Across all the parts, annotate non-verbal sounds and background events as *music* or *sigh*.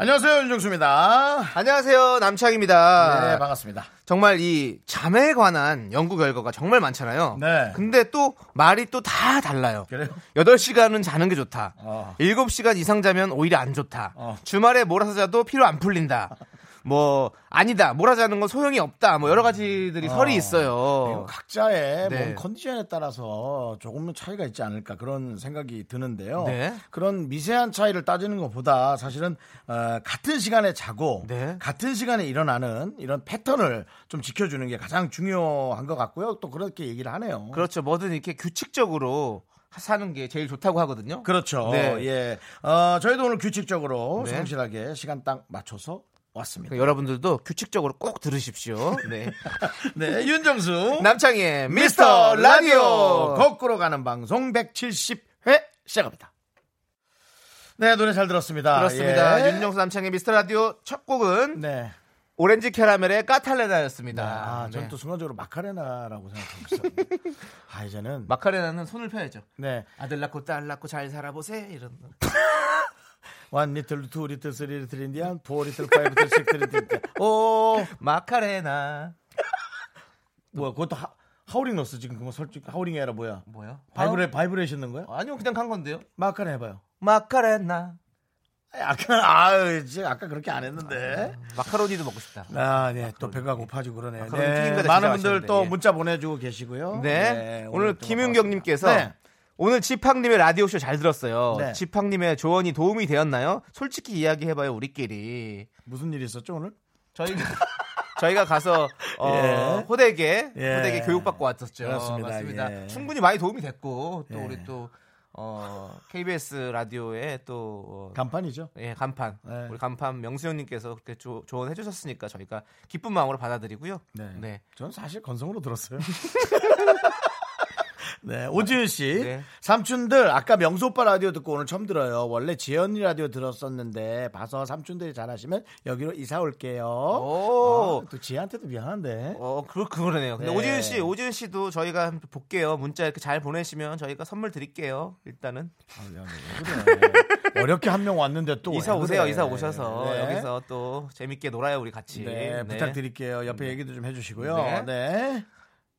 안녕하세요 윤정수입니다. 안녕하세요 남창입니다. 네 반갑습니다. 정말 이 잠에 관한 연구 결과가 정말 많잖아요. 네. 근데 또 말이 또 다 달라요. 그래요? 8시간은 자는 게 좋다. 어. 7시간 이상 자면 오히려 안 좋다. 어. 주말에 몰아서 자도 피로 안 풀린다. 뭐 아니다. 몰아서 자는 건 소용이 없다. 뭐 여러 어. 가지들이 설이 네, 이거 있어요. 각자의 네. 몸 컨디션에 따라서 조금은 차이가 있지 않을까 그런 생각이 드는데요. 네. 그런 미세한 차이를 따지는 것보다 사실은 어, 같은 시간에 자고 네. 같은 시간에 일어나는 이런 패턴을 좀 지켜주는 게 가장 중요한 것 같고요. 또 그렇게 얘기를 하네요. 그렇죠. 뭐든 이렇게 규칙적으로 사는 게 제일 좋다고 하거든요. 그렇죠. 네. 예. 어, 저희도 오늘 규칙적으로 네. 그 성실하게 시간 딱 맞춰서 왔습니다. 그러니까 여러분들도 규칙적으로 꼭 들으십시오. *laughs* 네. 네, 윤정수. 남창희의 미스터 라디오 거꾸로 가는 방송 170회 시작합니다. 네 노래 잘 들었습니다. 그렇습니다. 예. 윤정수 남창의 미스터 라디오 첫 곡은 네. 오렌지 캐러멜의 까탈레나였습니다. 아, 전 네. 또 순간적으로 마카레나라고 *laughs* 생각하고 있어요. 아 이제는 마카레나는 손을 펴야죠. 네. 아들 낳고 딸 낳고 잘 살아보세 이런. 원 리틀 투 리틀 쓰리 리틀 인디안 포 리틀 파이브 리틀 식스 리틀 오 *laughs* 마카레나 뭐야 그것도 하, 하우링 넣었어 지금 그거 솔직히 하우링이 아니라 뭐야 뭐요? 바이브레 바이브레이션 넣은 거야? 아, 아니요 그냥 간 건데요. 마카레 해봐요. 마카레나 아까 아 진짜 아까 그렇게 안 네. 했는데 마카로니도 먹고 싶다. 아, 네. 또 배가 고파지고 그러네. 마카로니 아, 튀긴 네. 거다 많은 진짜 분들 맛있는데, 또 예. 문자 보내주고 계시고요. 네. 오늘 또 김윤경님께서 반갑습니다. 네. 오늘 지팡님의 라디오쇼 잘 들었어요. 네. 지팡님의 조언이 도움이 되었나요? 솔직히 이야기해봐요, 우리끼리. 무슨 일이 있었죠, 오늘? 저희가 저희가 *laughs* 가서 어, 예. 호되게 예. 호되게 교육받고 왔었죠. 그렇습니다. 예. 충분히 많이 도움이 됐고 또 예. 우리 또 어, KBS 라디오에 또 어, *laughs* 간판이죠. 예, 간판 네. 우리 간판 명수형님께서 그렇게 조, 언해 주셨으니까 저희가 기쁜 마음으로 받아들이고요. 네. 네. 전 사실 *laughs* 건성으로 들었어요. 네, 오지윤 씨. 네. 삼촌들, 아까 명수 오빠 라디오 듣고 오늘 처음 들어요. 원래 지연이 라디오 들었었는데, 봐서 삼촌들이 잘하시면 여기로 이사 올게요. 오. 아, 또 지혜한테도 미안한데. 어, 그, 그러네요. 근데 네. 오지윤 씨, 오지윤 씨도 저희가 한번 볼게요. 문자 이렇게 잘 보내시면 저희가 선물 드릴게요. 일단은. 아, 야, 왜 그래. 어렵게 한 명 왔는데 또왜 이사 오세요, 그래. 이사 오셔서. 네. 여기서 또 재밌게 놀아요, 우리 같이. 네. 네, 부탁드릴게요. 옆에 얘기도 좀 해주시고요. 네. 네.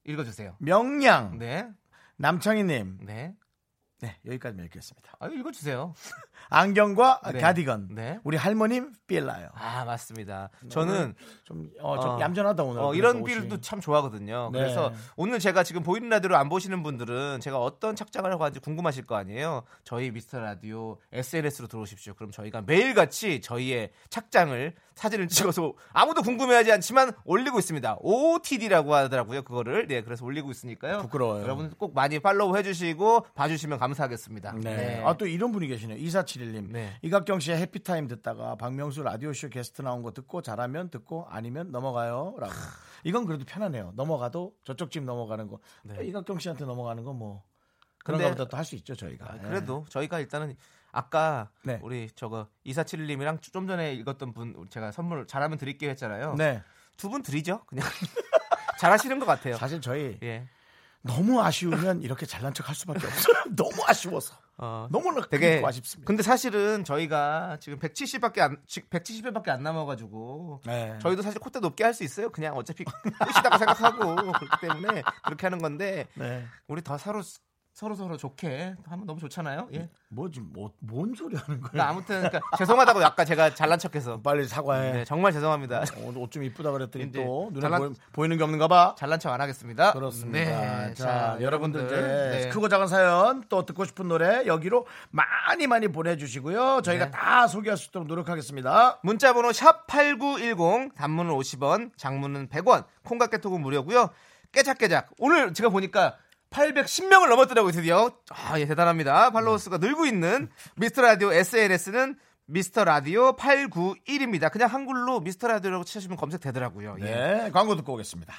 읽어주세요. 명량 네. 남창희님 네. 네 여기까지만 읽겠습니다. 아, 읽어주세요. 안경과 네. 가디건 네. 우리 할머님 빌라요. 아, 맞습니다. 저는 좀, 어, 좀 어, 얌전하다 네. 오늘. 어, 그래서 이런 옷이. 빌도 참 좋아하거든요. 네. 그래서 오늘 제가 지금 보이는 라디오를 안 보시는 분들은 제가 어떤 착장을 하고 하는지 궁금하실 거 아니에요. 저희 미스터 라디오 SNS로 들어오십시오. 그럼 저희가 매일같이 저희의 착장을 사진을 찍어서 아무도 궁금해하지 않지만 올리고 있습니다. OOTD라고 하더라고요. 그거를. 네, 그래서 올리고 있으니까요. 부끄러워요. 여러분 꼭 많이 팔로우 해주시고 봐주시면 감사하겠습니다. 네. 아또 이런 분이 계시네요. 2471님. 네. 이각경 씨의 해피타임 듣다가 박명수 라디오쇼 게스트 나온 거 듣고 잘하면 듣고 아니면 넘어가요. 라고. 이건 그래도 편하네요. 넘어가도 저쪽 집 넘어가는 거. 아, 네. 이각경 씨한테 넘어가는 건 뭐. 근데- 그런가 보다 또 할 수 있죠, 저희가. 아, 그래도 저희가 일단은 아까 네. 우리 저거 이사칠님이랑 좀 전에 읽었던 분 제가 선물 잘하면 드릴게요 했잖아요. 예. 네. 두 분 드리죠. 그냥 *laughs* 잘하시는 것 같아요. 사실 저희 예. 너무 아쉬우면 이렇게 잘난 척 할 수밖에 없어요. *laughs* 너무 아쉬워서. 어, 너무나 되게 되게 아쉽습니다. 근데 사실은 저희가 지금 170밖에 안 170회밖에 안 남아가지고 네. 저희도 사실 콧대 높게 할 수 있어요. 그냥 어차피 끝이다고 생각하고 *laughs* 그렇기 때문에 그렇게 하는 건데 네. 우리 더 서로 서로 서로 좋게 하면 너무 좋잖아요. 예. 뭐지? 뭐, 뭔 소리 하는 거예요? 그러니까 아무튼 그러니까 죄송하다고 약간 제가 잘난 척해서 빨리 사과해. 네, 정말 죄송합니다. 옷 좀 이쁘다 그랬더니 이제 또 눈에 잘난- 보이, 는게 없는가 봐. 잘난 척 안 하겠습니다. 그렇습니다. 네, 자, 여러분들 이제 네. 크고 작은 사연 또 듣고 싶은 노래 여기로 많이 많이 보내주시고요. 저희가 네. 다 소개할 수 있도록 노력하겠습니다. 문자번호 샵 #8910 단문은 50원, 장문은 100원, 콩과 깨톡은 무료고요. 깨작깨작 오늘 제가 보니까 810명을 네. 넘었더라고요 드디어. 아, 예, 대단합니다. 팔로워스가 늘고 있는 미스터 라디오 SNS는 미스터 라디오 891입니다. 그냥 한글로 미스터 라디오라고 치시면 검색되더라고요. 예. 네, 광고 듣고 오겠습니다.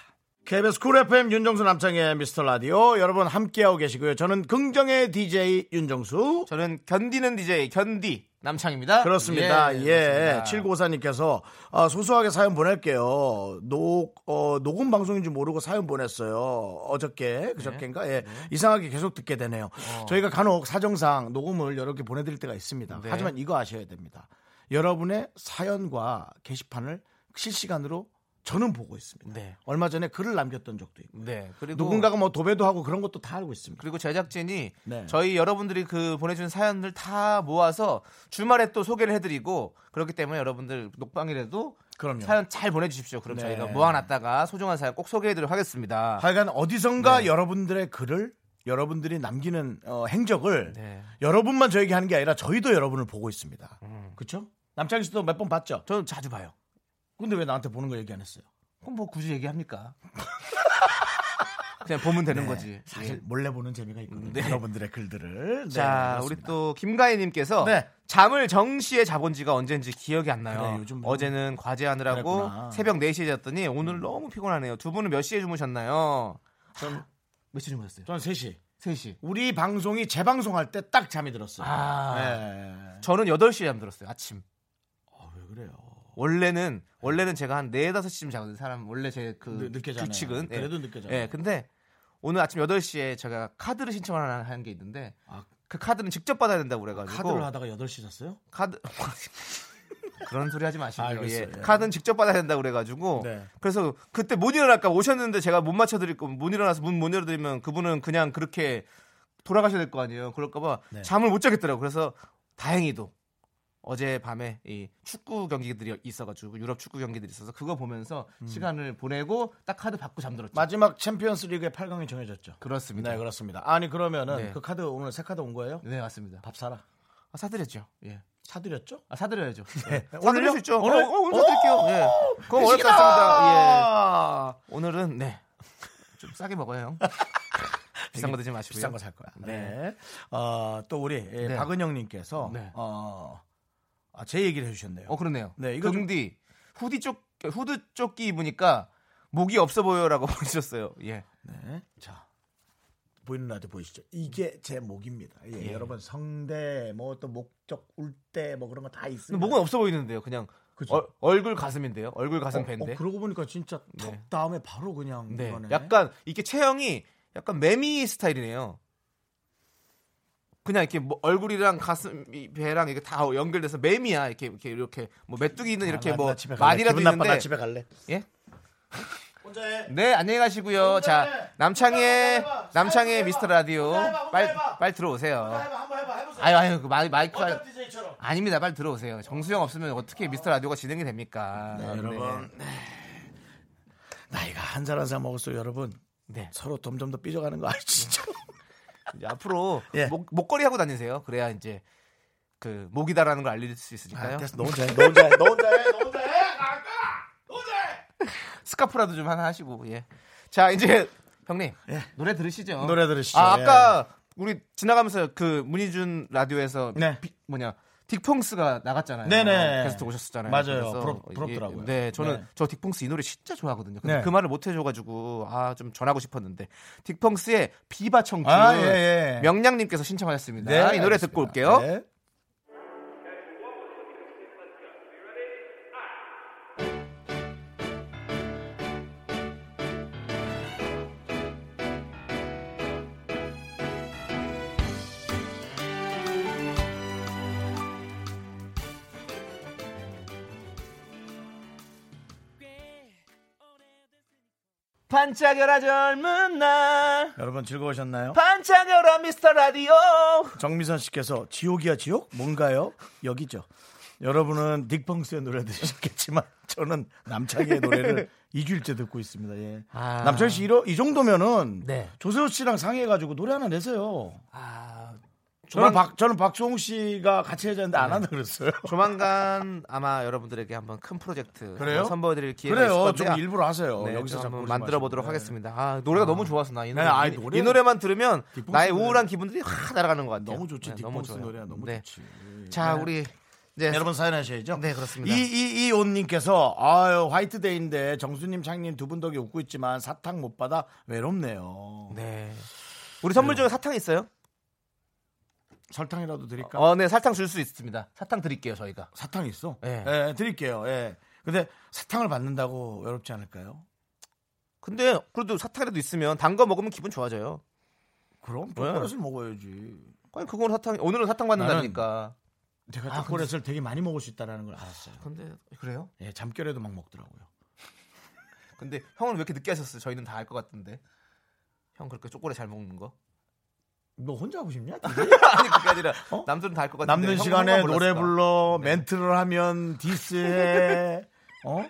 KBS 쿨 FM 윤정수 남창의 미스터 라디오 여러분 함께하고 계시고요. 저는 긍정의 DJ 윤정수. 저는 견디는 DJ 견디 남창입니다. 그렇습니다. 예. 그렇습니다. 7954님께서 아, 소소하게 사연 보낼게요. 녹, 어, 녹음 방송인지 모르고 사연 보냈어요. 어저께, 그저께인가? 네. 예. 이상하게 계속 듣게 되네요. 저희가 간혹 사정상 녹음을 여러 개 보내드릴 때가 있습니다. 어. 네. 하지만 이거 아셔야 됩니다. 여러분의 사연과 게시판을 실시간으로 저는 보고 있습니다. 네. 얼마 전에 글을 남겼던 적도 있고 네. 그리고 누군가가 뭐 도배도 하고 그런 것도 다 알고 있습니다. 그리고 제작진이 네. 저희 여러분들이 그 보내준 사연들 다 모아서 주말에 또 소개를 해드리고 그렇기 때문에 여러분들 녹방이라도 그럼요. 사연 잘 보내주십시오. 그럼 네. 저희가 모아놨다가 소중한 사연 꼭 소개해드리도록 하겠습니다. 하여간 네. 어디선가 여러분들의 글을 여러분들이 남기는 어, 행적을 네. 여러분만 저에게 하는 게 아니라 저희도 여러분을 보고 있습니다. 그렇죠? 남창희 씨도 몇 번 봤죠? 저는 자주 봐요. 근데 왜 나한테 보는 거 얘기 안 했어요? 그럼 뭐 굳이 얘기합니까? 그냥 보면 되는 거지. 네. 사실 몰래 보는 재미가 있거든요. 네. 여러분들의 글들을. 네, 자, 그렇습니다. 우리 또 김가희님께서 네. 잠을 정시에 자본 지가 언젠지 기억이 안 나요. 그래, 요즘 너무 어제는 과제하느라고 그랬구나. 음. 새벽 4시에 잤더니 오늘 너무 피곤하네요. 두 분은 몇 시에 주무셨나요? 전- 몇 시에 주무셨어요? 저는 3시. 3시. 우리 방송이 재방송할 때 딱 잠이 들었어요. 아. 네. 저는 8시에 잠들었어요, 아침. 아, 왜 그래요? 원래는, 원래는 제가 한 4, 5시쯤 자거든요. 사람, 원래 제 그 늦- 늦게 자네요. 규칙은. 예. 그래도 늦게 자네요. 예, 근데 오늘 아침 8시에 제가 카드를 신청을 하나 하는 게 있는데 아, 그 카드는 직접 받아야 된다고 그래가지고. 카드를 하다가 8시 잤어요? 카드 *laughs* 그런 소리 하지 마시고요. 아, 알겠어요. 예. 네. 카드는 직접 받아야 된다 고 그래가지고 네. 그래서 그때 못 일어날까 오셨는데 제가 못 맞춰드릴 거못 일어나서 문 못 열어드리면 그분은 그냥 그렇게 돌아가셔야 될 거 아니에요. 그럴까봐 네. 잠을 못 자겠더라고. 요 그래서 다행히도 어제 밤에 이 축구 경기들이 있어가지고 유럽 축구 경기들이 있어서 그거 보면서 음. 시간을 보내고 딱 카드 받고 잠들었죠. 마지막 챔피언스 리그의 8강이 정해졌죠. 그렇습니다. 네, 그렇습니다. 아니, 그러면은 네. 그 카드 오늘 새 카드 온 거예요? 네, 맞습니다. 밥 사라. 아, 사드렸죠. 예. 사드렸죠? 아, 사드려야죠. 예. 네, 오늘요? 사드릴 수 있죠. 오늘? 오늘, 어, 오늘 사드릴게요. 예. 그건 어렵지 않습니다. 예. 오늘은 네. 좀 싸게 먹어요, *laughs* 형. 비싼 거 드지 마시고요. 비싼 거 살 거야. 네. 네. 어, 또 우리 예, 네. 박은영님께서 네. 어, 아, 제 얘기를 해주셨네요. 어, 그러네요. 네, 네, 이거 이거 좀- 디 후디 쪽 후드 조끼 입으니까 목이 없어 보여라고 *laughs* 보내셨어요. 예. 네. 자 보이는 라디오 보이시죠? 이게 제 목입니다. 예, 예. 여러분 성대 뭐 또 목적 울대 뭐 그런 거 다 있습니다. 근데 목은 없어 보이는데요. 그냥 그죠? 얼, 얼굴 가슴인데요. 얼굴 가슴 밴데. 어, 그러고 보니까 진짜 턱 네. 다음에 바로 그냥 네. 이거네. 약간 이게 체형이 약간 매미 스타일이네요. 그냥 이렇게 뭐 얼굴이랑 가슴, 이 배랑 이게 다 연결돼서 매미야. 이렇게 이렇게 이렇게 뭐 메뚜기는 이렇게 아, 나- 뭐 나 집에 갈래. 말이라도 기분 나빠, 있는데. 나 집에 갈래. 예? 혼자 해. 네, 안녕히 가시고요. 자, 남창의 남창의 미스터 라디오 빨 빨리 들어오세요. 한번 해봐 해보세요. 아유 아유 그 마이, 마이크 할- DJ처럼. 아닙니다. 빨리 들어오세요. 정수영 없으면 어떻게 미스터 라디오가 진행이 됩니까? 네, 여러분 네. 나이가 한 살 한 살 먹을수록 여러분 네. 서로 점점 더 삐져가는 거 *laughs* 아시죠? 이제 앞으로 예. 목, 목걸이 하고 다니세요. 그래야 이제 그 목이다라는 걸 알릴 수 있으니까요. 아, 됐어, 너 혼자 해, 너 혼자 해, 너 혼자 해, 너 혼자 해. 스카프라도 좀 하나 하시고 예. 자, 이제 형님 예. 노래 들으시죠. 노래 들으시죠. 아, 예. 아까 우리 지나가면서 그 문희준 라디오에서 *laughs* 네. 비- 뭐냐 딕펑스가 나갔잖아요. 네네. 게스트 오셨었잖아요. 맞아요. 그래서 부럽- 이- 부럽더라고요. 네, 저는 네. 저 딕펑스 이 노래 진짜 좋아하거든요. 근데 네. 그 말을 못 해줘가지고 아 좀 전하고 싶었는데 딕펑스의 비바 청춘 아, 예, 예. 명량님께서 네, 신청하셨습니다. 이 노래 듣고 알겠습니다. 올게요. 네. 반짝여라 젊은 날, 여러분 즐거우셨나요? 반짝여라 미스터 라디오. 정미선 씨께서 지옥이야 지옥? 뭔가요? 여기죠. 여러분은 딕펑스의 노래 들으셨겠지만 *laughs* 저는 남창희의 노래를 *laughs* 2주일째 듣고 있습니다. 예. 아. 남창희 씨 이러, 이 정도면은 네. 조세호 씨랑 상의해가지고 노래 하나 내세요. 아, 저는 조만- 박 저는 박수홍 씨가 같이 해줬는데 네. 안 한다 그랬어요. 조만간 아마 여러분들에게 한번 큰 프로젝트 한번 그래요? 뭐 선보여드릴 기회가 그래요. 있을 건데요. 좀 일부러 하세요. 네, 여기서 좀 자꾸 한번 그러지 만들어 마시고. 보도록 네. 하겠습니다. 아, 노래가 너무 좋아서 나 이 네, 노래 아, 이, 노래는- 이 노래만 들으면 뒷봉수 나의 노래. 우울한 기분들이 확 날아가는 것 같아요. 너무 좋지. 예. 네, 딕펑스 좋아요. 노래야 너무 네. 좋지. 자 우리 네. 여러분 사연하셔야죠. 네, 그렇습니다. 이이이온님께서 아유 화이트데이인데 정수님 창님 두 분 덕에 웃고 있지만 사탕 못 받아 외롭네요. 네. 우리 선물 중에 사탕 있어요? 그러니까. 설탕이라도 드릴까? 어, 네, 사탕 줄 수 있습니다. 사탕 드릴게요, 저희가. 사탕 있어? 예. 예. 드릴게요. 예. 근데 사탕을 받는다고 외롭지 않을까요? 근데 그래도 사탕이라도 있으면 단 거 먹으면 기분 좋아져요. 그럼 왜? 초콜릿을 먹어야지. 아니, 그건 사탕, 오늘은 사탕 받는다니까. 제가 아, 초콜릿을 되게 많이 먹을 수 있다라는 걸 알았어요. 근데 그래요? 예, 잠결에도 막 먹더라고요. 근데 형은 왜 이렇게 늦게 하셨어요? 저희는 다 알 것 같은데. 형 그렇게 초콜릿 잘 먹는 거? *laughs* 너 혼자 하고 싶냐? 아니 그게 아니라 어? 남들은 다 알 것 같은데 남는 형은 시간에 형만 네. 노래 몰랐을까? 불러 멘트를 하면 디스해. 어?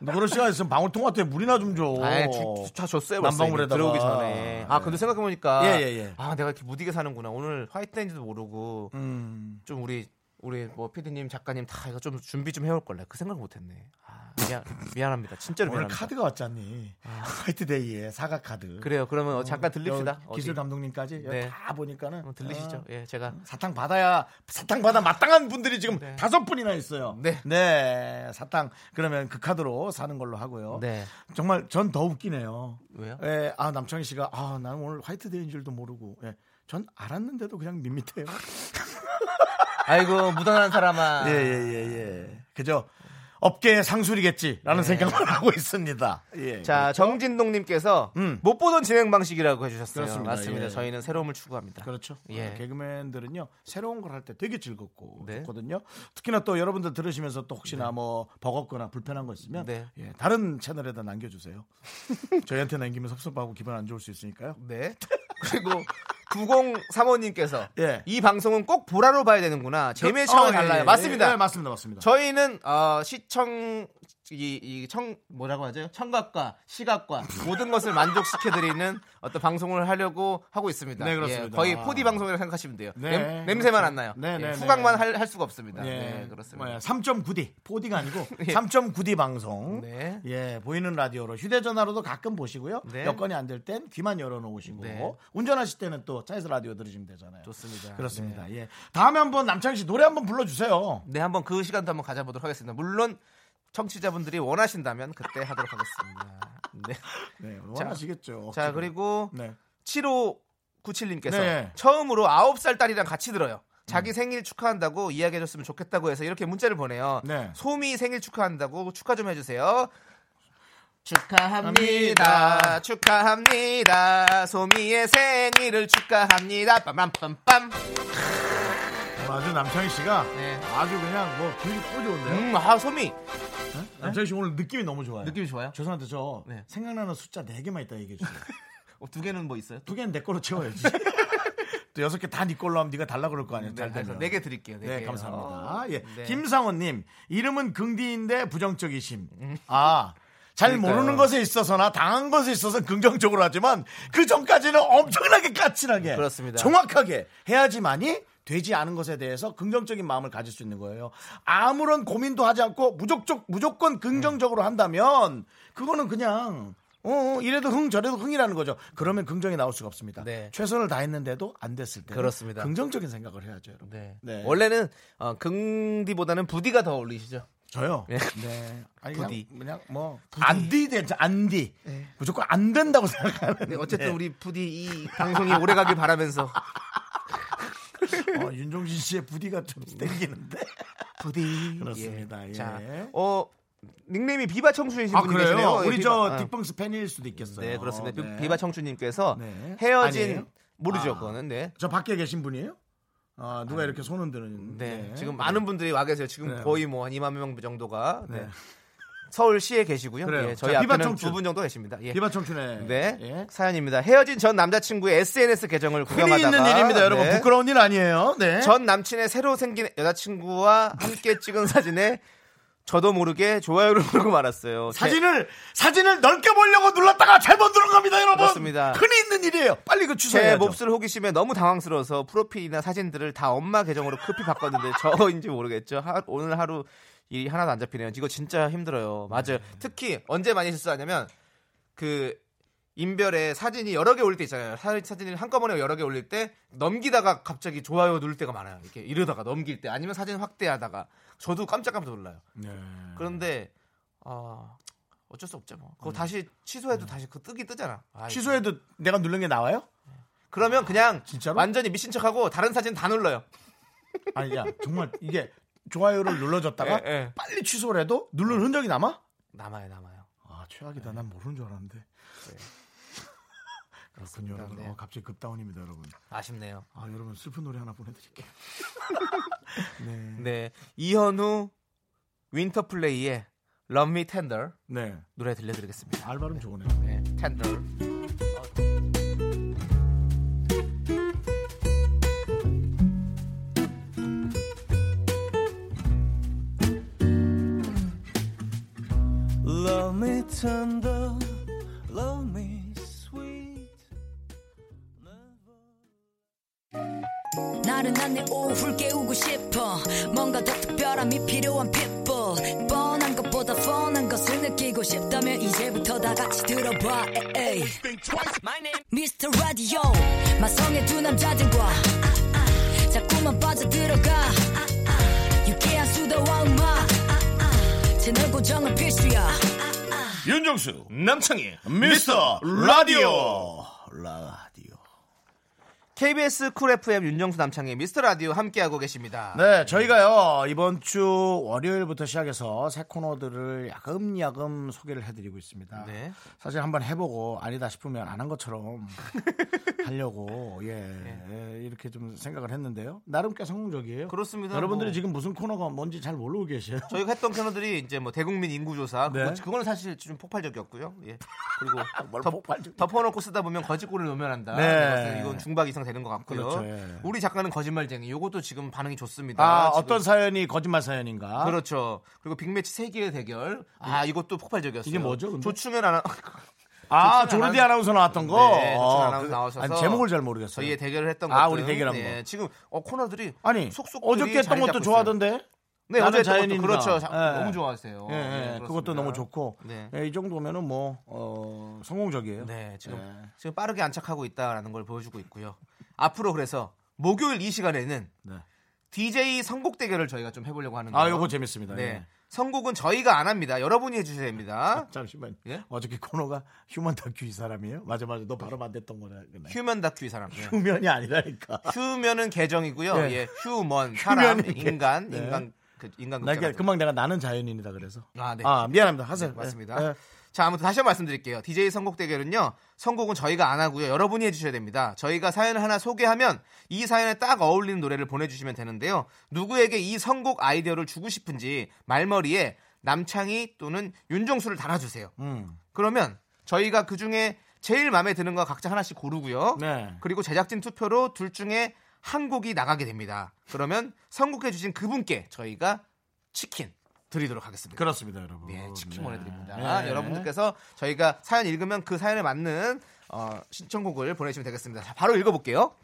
너 그럴 시간 있으면 방울토마토에 물이나 좀 줘. 아이, 예, 주- 주- 다 줬어요 벌써 난방울에다가. 네. 이미 들어오기 전에 아 근데 생각해보니까 예, 예, 예. 아 내가 이렇게 무디게 사는구나 오늘 화이트인지도 모르고 음. 좀 우리 우리 뭐 피디님 작가님 다 이거 좀 준비 좀 해올 걸래 그 생각을 못했네 아, 미안 미안합니다 진짜로 오늘 미안합니다 아. 카드가 왔잖니. 화이트데이에 사과 카드. 그래요 그러면 어, 잠깐 들립시다 어, 기술 어디? 감독님까지 네. 다 보니까는 한번 들리시죠 아, 예 제가 사탕 받아야 사탕 받아 마땅한 분들이 지금 네. 다섯 분이나 있어요. 네. 사탕 그러면 그 카드로 사는 걸로 하고요. 네 정말 전 더 웃기네요. 왜요 예, 아 남창희 씨가 아 나는 오늘 화이트데이인 줄도 모르고 예, 전 알았는데도 그냥 밋밋해요. 아이고 무던한 사람아 예 예 예 예, 그죠? 업계의 네. 상술이겠지라는 생각만 하고 있습니다. 예. 자 정진동님께서 음. 못 보던 진행 방식이라고 해주셨어요 그렇습니다. 맞습니다 예. 저희는 새로움을 추구합니다 그렇죠. 예. 어, 개그맨들은요 새로운 걸 할 때 되게 즐겁고 네. 좋거든요. 특히나 또 여러분들 들으시면서 또 혹시나 뭐 버겁거나 불편한 거 있으면 네. 예, 다른 채널에다 남겨주세요. *laughs* 저희한테 남기면 섭섭하고 기분 안 좋을 수 있으니까요. 네. *laughs* 그리고 9035님께서 예. 이 방송은 꼭 보라로 봐야 되는구나. 재미의 차원이 어, 예, 달라요. 예, 맞습니다. 예, 예, 맞습니다, 맞습니다. 저희는 어, 시청 이청 뭐라고 하죠? 청각과 시각과 모든 것을 만족시켜드리는 *laughs* 어떤 방송을 하려고 하고 있습니다. 네, 그렇습니다. 예, 거의 아. 4D 방송이라고 생각하시면 돼요. 네, 냄, 냄새만 그렇죠. 안 나요. 네, 예, 네, 후각만 네. 할, 할 수가 없습니다. 네, 그렇습니다. 뭐야, 3.9D, 4D가 아니고 *laughs* 예. 3.9D 방송. 네. 예, 보이는 라디오로 휴대전화로도 가끔 보시고요. 네. 여건이 안 될 땐 귀만 열어놓으시고 네. 운전하실 때는 또 차에서 라디오 들으시면 되잖아요. 좋습니다. 그렇습니다. 예, 다음에 한번 남창희 씨 노래 한번 불러주세요. 네, 한번 그 시간도 한번 가져보도록 하겠습니다. 물론 청취자분들이 원하신다면 그때 하도록 하겠습니다. *laughs* 네. 네, 원하시겠죠. 자, 그리고 네. 7597님께서 네. 음. 처음으로 9살 딸이랑 같이 들어요. 자기 생일 축하한다고 이야기해줬으면 좋겠다고 해서 이렇게 문자를 보내요. 네. 소미 생일 축하한다고 축하 좀 해주세요. 축하합니다. 축하합니다. 소미의 생일을 축하합니다. 빰빰빰빰. 아주 남창희 씨가 네. 아주 그냥 뭐 기분이 꼬좋은데요 음, 아, 소미. 남창희 씨 오늘 느낌이 너무 좋아요. 느낌이 좋아요? 죄송한데 저 네. 생각나는 숫자 4개만 있다 얘기해 *laughs* 주세요. 어, 두 개는 뭐 있어요? 두 개는 내 걸로 *laughs* 채워야지. 또 여섯 개 다 네 걸로 하면 네가 달라 그럴 거 아니야. 잘 되면. 네개 드릴게요. 네, 네, 개. 감사합니다. 어, 예. 네. 김상원님, 이름은 긍디인데 부정적이심. 아, 잘 음. 그러니까요. 모르는 것에 있어서나 당한 것에 있어서 긍정적으로 하지만 그 전까지는 엄청나게 까칠하게. 음, 그렇습니다. 정확하게 해야지만이 되지 않은 것에 대해서 긍정적인 마음을 가질 수 있는 거예요. 아무런 고민도 하지 않고 무조건, 무조건 음. 긍정적으로 한다면 그거는 그냥 어, 어, 이래도 흥 저래도 흥이라는 거죠. 그러면 긍정이 나올 수가 없습니다. 네. 최선을 다했는데도 안 됐을 때 그렇습니다. 긍정적인 생각을 해야죠, 여러분. 네. 네. 원래는 어, 긍디보다는 부디가 더 어울리시죠? 저요? 예. 네. 아니, 부디. 그냥, 그냥 뭐 안디 되죠. 안디. 무조건 안 된다고 생각하는. 네, 어쨌든 우리 부디 이 방송이 오래 가길 바라면서 어, 윤종신 씨의 부디가 좀 땡기는데. 부디 그렇습니다. 예. 자, 어 닉네임이 비바 청춘이신 아 분이 그래요? 계시네요. 예, 우리 비바- 저 아. 딕펑스 팬일 수도 있겠어요. 네, 그렇습니다. 비- 네. 비바 청춘님께서 네. 헤어진 아니에요? 모르죠, 아. 그거는 네. 저 밖에 계신 분이에요? 아 누가 이렇게 손 흔드는? 네. 지금 많은 분들이 와 계세요. 지금 네. 거의 뭐 한 2만 명 정도가 네. 네. 서울시에 계시고요. 그래요. 예, 저희 자, 비바 앞에는 청춘. 두 분 정도 계십니다. 예. 비바 청춘의 네 예. 사연입니다. 헤어진 전 남자친구의 SNS 계정을 흔히 구경하다가 있는 일입니다, 여러분. 네. 부끄러운 일 아니에요. 네. 전 남친의 새로 생긴 여자친구와 함께 찍은 사진에 저도 모르게 좋아요를 누르고 말았어요. 제- 사진을 사진을 넓게 보려고 눌렀다가 잘못 누른 겁니다, 여러분. 그렇습니다. 흔히 있는 일이에요. 빨리 그 제 취소해야죠. 몹쓸 호기심에 너무 당황스러워서 프로필이나 사진들을 다 엄마 계정으로 급히 바꿨는데 *laughs* 저인지 모르겠죠. 하- 오늘 하루 일이 하나도 안 네. 잡히네요. 이거 진짜 힘들어요. 맞아요. 특히 언제 많이 실수하냐면 그 인별에 사진이 여러 개 올릴 때 있잖아요. 사- 사진을 한꺼번에 여러 개 올릴 때 넘기다가 갑자기 좋아요 누를 때가 많아요. 이렇게 이러다가 넘길 때 아니면 사진 확대하다가 저도 깜짝깜짝 놀라요. 네. 그런데 아 어쩔 수 없죠 뭐. 그거 다시 취소해도 다시 그 뜨기 뜨잖아. 아이고. 음. 취소해도 내가 누른 게 나와요? 그러면 그냥 진짜로? 완전히 미친 척하고 다른 사진 다 눌러요. 아니 야 정말 이게 좋아요를 눌러줬다가 예, 예. 빨리 취소를 해도 누른 흔적이 남아? 남아요 남아요. 아 최악이다 난 모르는 줄 알았는데 네. *laughs* 그렇군요 여러분 네. 어, 갑자기 급다운입니다 여러분 아쉽네요. 아 여러분 슬픈 노래 하나 *laughs* 보내드릴게요 네 이현우 윈터플레이의 Love Me Tender 네 노래 들려드리겠습니다. 알바름 좋으네 네, Tender. Love me tender, love me sweet. 나른한 내 오후를 깨우고 싶어 뭔가 더 특별함이 필요한 people 뻔한 것보다 뻔한 것을 느끼고 싶다면 이제부터 다 같이 들어봐 에이. Mr. Radio 마성의 두 남자들과 자꾸만 빠져들어가 유쾌한 수다와 음악 채널 고정은 필수야 윤정수 남창희 미스터 라디오 라디오 KBS 쿨 FM 윤정수 남창의 미스터 라디오 함께하고 계십니다. 네, 저희가요 이번 주 월요일부터 시작해서 새 코너들을 야금야금 소개를 해드리고 있습니다. 네. 사실 한번 해보고 아니다 싶으면 안 한 *laughs* 것처럼 하려고 예, 예, 이렇게 좀 생각을 했는데요. 나름 꽤 성공적이에요. 네. 그렇습니다. 여러분들이 뭐. 지금 무슨 코너가 뭔지 잘 모르고 *laughs* 계세요. 저희가 했던 코너들이 이제 뭐 대국민 인구조사 네. 그거- 그거는 사실 좀 폭발적이었고요. 예. 그리고 뭘 덮- 폭발적- 덮어놓고 쓰다 보면 거짓골을 노면한다. 네. 이것은 이건 중박 이상 되는 것 같고요. 그렇죠, 예. 우리 작가는 거짓말쟁이. 요것도 지금 반응이 좋습니다. 아, 지금. 어떤 사연이 거짓말 사연인가? 그렇죠. 그리고 빅매치 세개의 대결. 아 이것도 폭발적이었어요. 네. 이게 뭐죠, 근데? 조충현 아나 아, 조충현 조르디 아나운서- 아나운서 나왔던 거. 네, 어, 조충현 아나운서 그- 나오셔서 아니, 제목을 잘 모르겠어요. 저희의 대결을 했던 아, 것들. 우리 대결한 예, 거. 지금 어, 코너들이 아니, 속속 어저께 했던 것도 좋아하던데. 네, 나는 어제 했던 것도 자연인이다. 그렇죠. 자- 예. 너무 좋아하세요. 예, 네, 예, 그것도 그렇습니다. 너무 좋고 네. 예, 이 정도면은 뭐 어, 성공적이에요. 네, 지금 예. 지금 빠르게 안착하고 있다라는 걸 보여주고 있고요. 앞으로 그래서 목요일 이 시간에는 네. DJ 선곡 대결을 저희가 좀 해보려고 하는데. 아, 요거 재밌습니다. 네. 예. 선곡은 저희가 안 합니다. 여러분이 해주셔야 아, 됩니다. 잠시만. 예? 어저께 코너가 휴먼 다큐 이 사람이에요? 맞아 맞아. 너 바로 안 됐던 거네. *laughs* 휴면 다큐 이 사람. 예. *laughs* 휴면이 아니라니까. 휴면은 계정이고요. 네. 예, 휴먼 사람 휴면이 계- 인간 네. 인간 그 인간 나 이게 극장. 금방 내가 나는 자연인이다 그래서. 아, 네. 미안합니다. 하세요. 맞습니다. 예, 예. 자, 아무튼 다시 한번 말씀드릴게요. DJ 선곡 대결은요. 선곡은 저희가 안 하고요. 여러분이 해주셔야 됩니다. 저희가 사연을 하나 소개하면 이 사연에 딱 어울리는 노래를 보내주시면 되는데요. 누구에게 이 선곡 아이디어를 주고 싶은지 말머리에 남창희 또는 윤정수를 달아주세요. 음. 그러면 저희가 그 중에 제일 마음에 드는 거 각자 하나씩 고르고요. 네. 그리고 제작진 투표로 둘 중에 한 곡이 나가게 됩니다. 그러면 선곡해주신 그분께 저희가 치킨 드리도록 하겠습니다. 그렇습니다, 여러분. 네, 치킨 네. 보내드립니다. 아, 네. 여러분들께서 저희가 사연 읽으면 그 사연에 맞는 어, 신청곡을 보내주시면 되겠습니다. 자, 바로 읽어볼게요.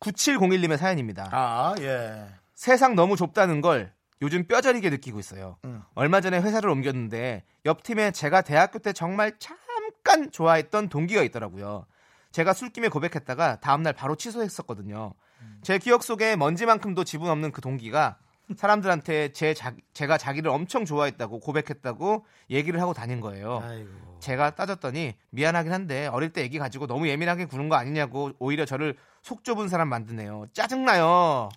9701님의 사연입니다. 아, 예. 세상 너무 좁다는 걸 요즘 뼈저리게 느끼고 있어요. 얼마 전에 회사를 옮겼는데 옆 팀에 제가 대학교 때 정말 잠깐 좋아했던 동기가 있더라고요. 제가 술김에 고백했다가 다음날 바로 취소했었거든요. 제 기억 속에 먼지만큼도 지분 없는 그 동기가 사람들한테 제 자- 제가 자기를 엄청 좋아했다고 고백했다고 얘기를 하고 다닌 거예요. 아이고. 제가 따졌더니 미안하긴 한데 어릴 때 얘기 가지고 너무 예민하게 구는 거 아니냐고 오히려 저를 속 좁은 사람 만드네요. 짜증나요.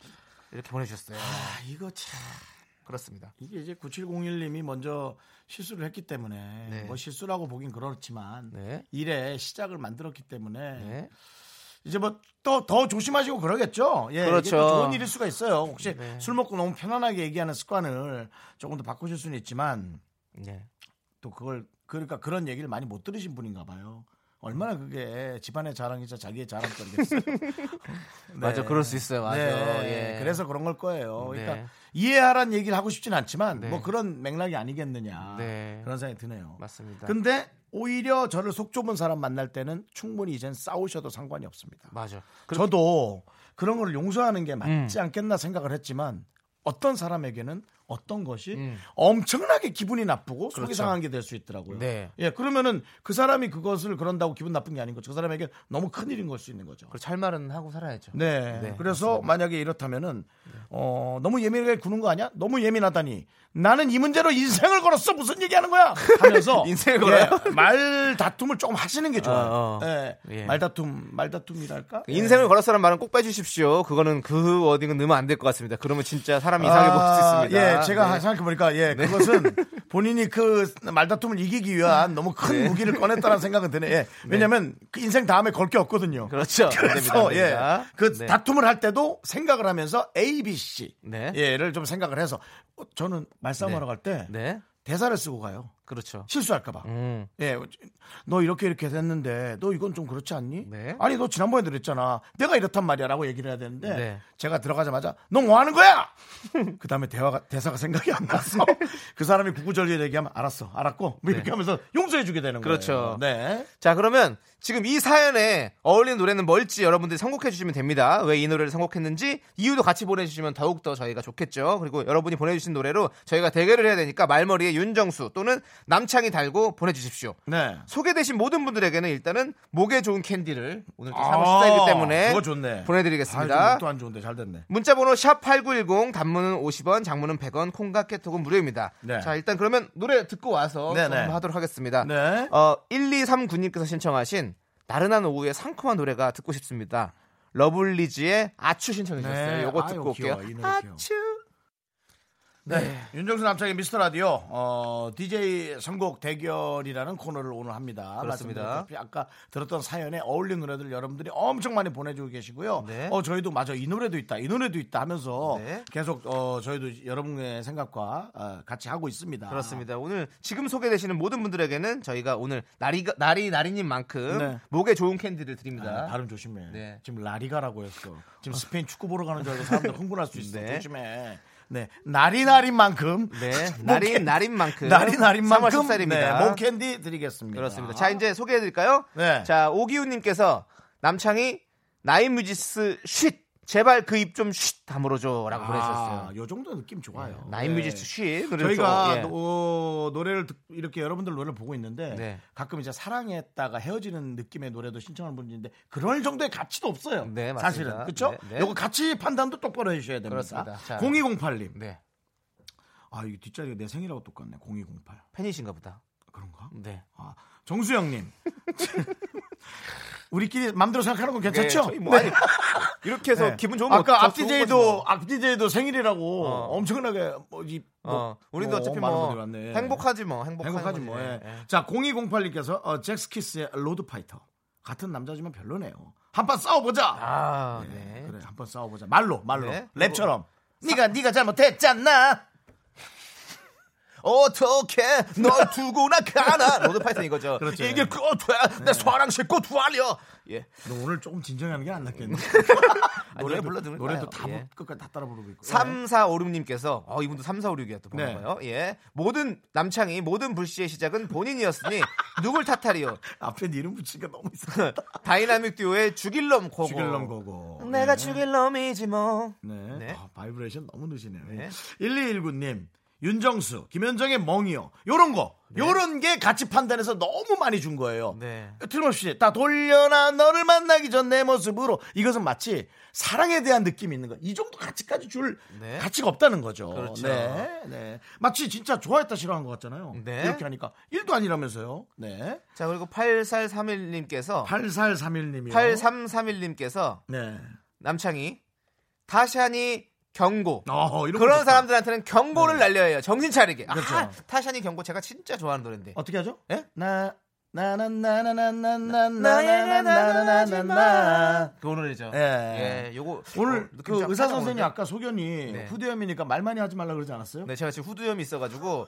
이렇게 보내주셨어요. 아, 이거 참. 그렇습니다. 이게 이제 9701님이 먼저 실수를 했기 때문에 네. 뭐 실수라고 보긴 그렇지만 네. 일의 시작을 만들었기 때문에 네. 이제 뭐 또 더 조심하시고 그러겠죠. 예, 그렇죠. 이게 또 좋은 일일 수가 있어요. 혹시 네. 술 먹고 너무 편안하게 얘기하는 습관을 조금 더 바꾸실 수는 있지만 네. 또 그걸 그러니까 그런 얘기를 많이 못 들으신 분인가 봐요. 얼마나 그게 집안의 자랑이자 자기의 자랑거리겠어요. 네. 맞아, 그럴 수 있어요. 맞아. 네, 예. 그래서 그런 걸 거예요. 네. 그러니까 이해하란 얘기를 하고 싶진 않지만 네. 뭐 그런 맥락이 아니겠느냐 네. 그런 생각이 드네요. 맞습니다. 근데 오히려 저를 속 좁은 사람 만날 때는 충분히 이젠 싸우셔도 상관이 없습니다. 맞아. 음. 저도 그런 걸 용서하는 게 맞지 않겠나 생각을 했지만 어떤 사람에게는 어떤 것이 음. 엄청나게 기분이 나쁘고 속이 상한 게 될 수 있더라고요. 그렇죠. 네. 예, 그러면은 그 사람이 그것을 그런다고 기분 나쁜 게 아닌 거죠. 그 사람에게 너무 큰 일인 걸 수 있는 거죠. 그리고 할 말은 하고 살아야죠. 네. 네, 그래서 만약에 이렇다면은 어, 너무 예민하게 구는 거 아니야? 너무 예민하다니. 나는 이 문제로 인생을 걸었어. 무슨 얘기하는 거야? *laughs* 하면서 인생을 걸어요? 예, 말 다툼을 조금 하시는 게 좋아요. 어, 어. 예, 예. 그 말다툼, 말다툼이랄까? 예. 인생을 걸었어라는 말은 꼭 빼주십시오. 그거는 그 워딩은 넣으면 안 될 것 같습니다. 그러면 진짜 사람 이상해 보일 수 있습니다. 아, 예, 제가 네. 생각해보니까, *laughs* 예, 그것은 본인이 그 말다툼을 이기기 위한 너무 네. 큰 무기를 꺼냈다는 생각은 드네. 예. 왜냐면 그 인생 다음에 걸 게 없거든요. 그렇죠. 안 됩니다, 안 그래서, 예. 됩니다. 그 네. 다툼을 할 때도 생각을 하면서 A, B, C. 네. 예,를 좀 생각을 해서. 어, 저는 네. 말싸움하러 갈 때 네. 대사를 쓰고 가요. 그렇죠. 실수할까봐. 음. 예, 너 이렇게 이렇게 됐는데 너 이건 좀 그렇지 않니? 네. 아니 너 지난번에 그랬잖아. 내가 이렇단 말이야라고 얘기를 해야 되는데 네. 제가 제가 들어가자마자 너 뭐 하는 *laughs* 거야? 그 다음에 대화가 대사가 생각이 안 나서 그 사람이 구구절절 얘기하면 알았어, 알았고 뭐 이렇게 네. 하면서 용서해주게 되는 그렇죠. 거예요. 네. 자 그러면 지금 이 사연에 어울리는 노래는 뭘지 여러분들이 선곡해 주시면 됩니다. 왜 이 노래를 선곡했는지 이유도 같이 보내주시면 더욱 더 저희가 좋겠죠. 그리고 여러분이 보내주신 노래로 저희가 대결을 해야 되니까 말머리에 윤정수 또는 남창이 달고 보내주십시오. 네. 소개되신 모든 분들에는 일단은 목에 좋은 캔디를 오늘 또 아, 사무 스타일이기 때문에 그거 좋네. 아, 보내드리겠습니다. 또안 좋은데 잘 됐네. 문자번호 샵 #8910 단문은 50원, 장문은 100원, 콩과 깨톡은 무료입니다. 네. 자 일단 그러면 노래 듣고 와서 네, 좀 네. 하도록 하겠습니다. 네. 어 1239님께서 신청하신 나른한 오후에 상큼한 노래가 듣고 싶습니다. 러블리즈의 아추 신청해 주셨어요. 네. 요거 아유, 듣고 귀여워. 이 올게요. 노래 귀여워. 아추. 네. 윤정수 남창의 미스터 라디오 어, DJ 선곡 대결이라는 코너를 오늘 합니다. 그렇습니다. 말씀드렸다시피 아까 들었던 사연에 어울린 노래들 여러분들이 엄청 많이 보내주고 계시고요. 네. 어 저희도 맞아 이 노래도 있다 이 노래도 있다 하면서 네. 계속 어, 저희도 여러분의 생각과 어, 같이 하고 있습니다. 그렇습니다. 오늘 지금 소개되시는 모든 분들에게는 저희가 오늘 나리 나리 나리님만큼 네. 목에 좋은 캔디를 드립니다. 아, 발음 조심해. 네. 지금 라리가라고 했어. 지금 스페인 축구 보러 가는 줄 알고 사람들 흥분할 수 있어. *laughs* 네. 조심해. 네, 날이 날인 만큼. *laughs* 네, 날인 날인 만큼. 날이 날인 만큼. 3월 14일 입니다. 네, 몸캔디 드리겠습니다. 그 그렇습니다. 자, 이제 소개해드릴까요? 네. 자, 오기훈님께서 남창이 나인뮤지스 쉿! 제발 그 입 좀 쉿! 다물어줘. 라고 보내주셨어요. 아, 네, 요 정도 느낌 좋아요. 네. 나인뮤지스 쉿! 노래를 저희가 좀, 예. 노- 노래를 듣- 이렇게 여러분들 노래를 보고 있는데 네. 가끔 이제 사랑했다가 헤어지는 느낌의 노래도 신청하는 분인데 그럴 정도의 가치도 없어요. 네, 맞습니다. 사실은 그렇죠. 네, 네. 요거 가치 판단도 똑바로 해주셔야 됩니다. 그렇습니다. 자. 0208님. 네. 아 이거 뒷자리가 내 생일하고 똑같네. 0208 팬이신가 보다. 그런가? 네. 아, *laughs* 정수영님. *laughs* 우리끼리 마음대로 생각하는 건 괜찮죠? 저희 뭐, 아니, *laughs* 이렇게 해서 네. 기분 좋은 거 아까 저 앞 좋은 DJ도 거지 앞 DJ도 생일이라고 어. 엄청나게 뭐지 뭐. 어, 우리도 어차피 많은 뭐, 분들이 왔네. 행복하지 뭐, 행복한 행복하지 거지. 뭐. 예. 예. 자 0208님께서 어, 잭스키스의 로드 파이터 같은 남자지만 별로네요. 한판 싸워보자. 아, 네, 뭐, 네. 그래 한판 싸워보자. 말로 말로 네. 랩처럼. 네가 네가 잘못했잖아. 어떻게 널 두고 나가나 로드 파이썬 이거죠. 그렇죠. 네. 이게 그어돼내 사랑 싣고 두알려. 예. 너 오늘 조금 진정하는 게 안 *laughs* 낫겠네. 노래 불러드릴까요? 노래도 다 예. 끝까지 다 따라 부르고 예. 있고. 3456님께서 어 이분도 3456이야 또 보는 네. 거예요. 예. 모든 남창이 모든 불씨의 시작은 본인이었으니 *laughs* 누굴 탓하리요. *laughs* 앞에 이름 붙이니까 너무 이상하다. 다이나믹 듀오의 죽일 놈 고고. 죽일 놈 거고. 예. 내가 죽일 놈이지 뭐. 네. 네. 아, 바이브레이션 너무 느시네요. 네. 1219님, 윤정수, 김현정의 멍이요. 요런 거. 요런 게 같이 판단해서 너무 많이 준 거예요. 네. 틀림없이 다 돌려놔 너를 만나기 전 내 모습으로 이것은 마치 사랑에 대한 느낌이 있는 거. 이 정도 가치까지 줄 네. 가치가 없다는 거죠. 그렇죠. 네. 네. 마치 진짜 좋아했다 싫어한 것 같잖아요. 네. 이렇게 하니까 일도 아니라면서요. 네. 자, 그리고 8431님께서 8431님이요. 8331님께서 네. 남창이 다샤니 경고. 어, 이런 거 그런 좋다. 네. 사람들한테는 경고를 날려야 해요. 정신 차리게. 아, 그렇죠. 타샤니 경고 제가 진짜 좋아하는 노래인데. 어떻게 하죠? 예? 나 나나나나나나나나나나나나 그 노래죠. 예. 예, 요거 오늘 어, 느낌 그 좀 의사 찾아보는데. 선생님 아까 소견이 네. 후대염이니까 말 많이 하지 말라 그러지 않았어요? 네, 제가 지금 후두염이 있어가지고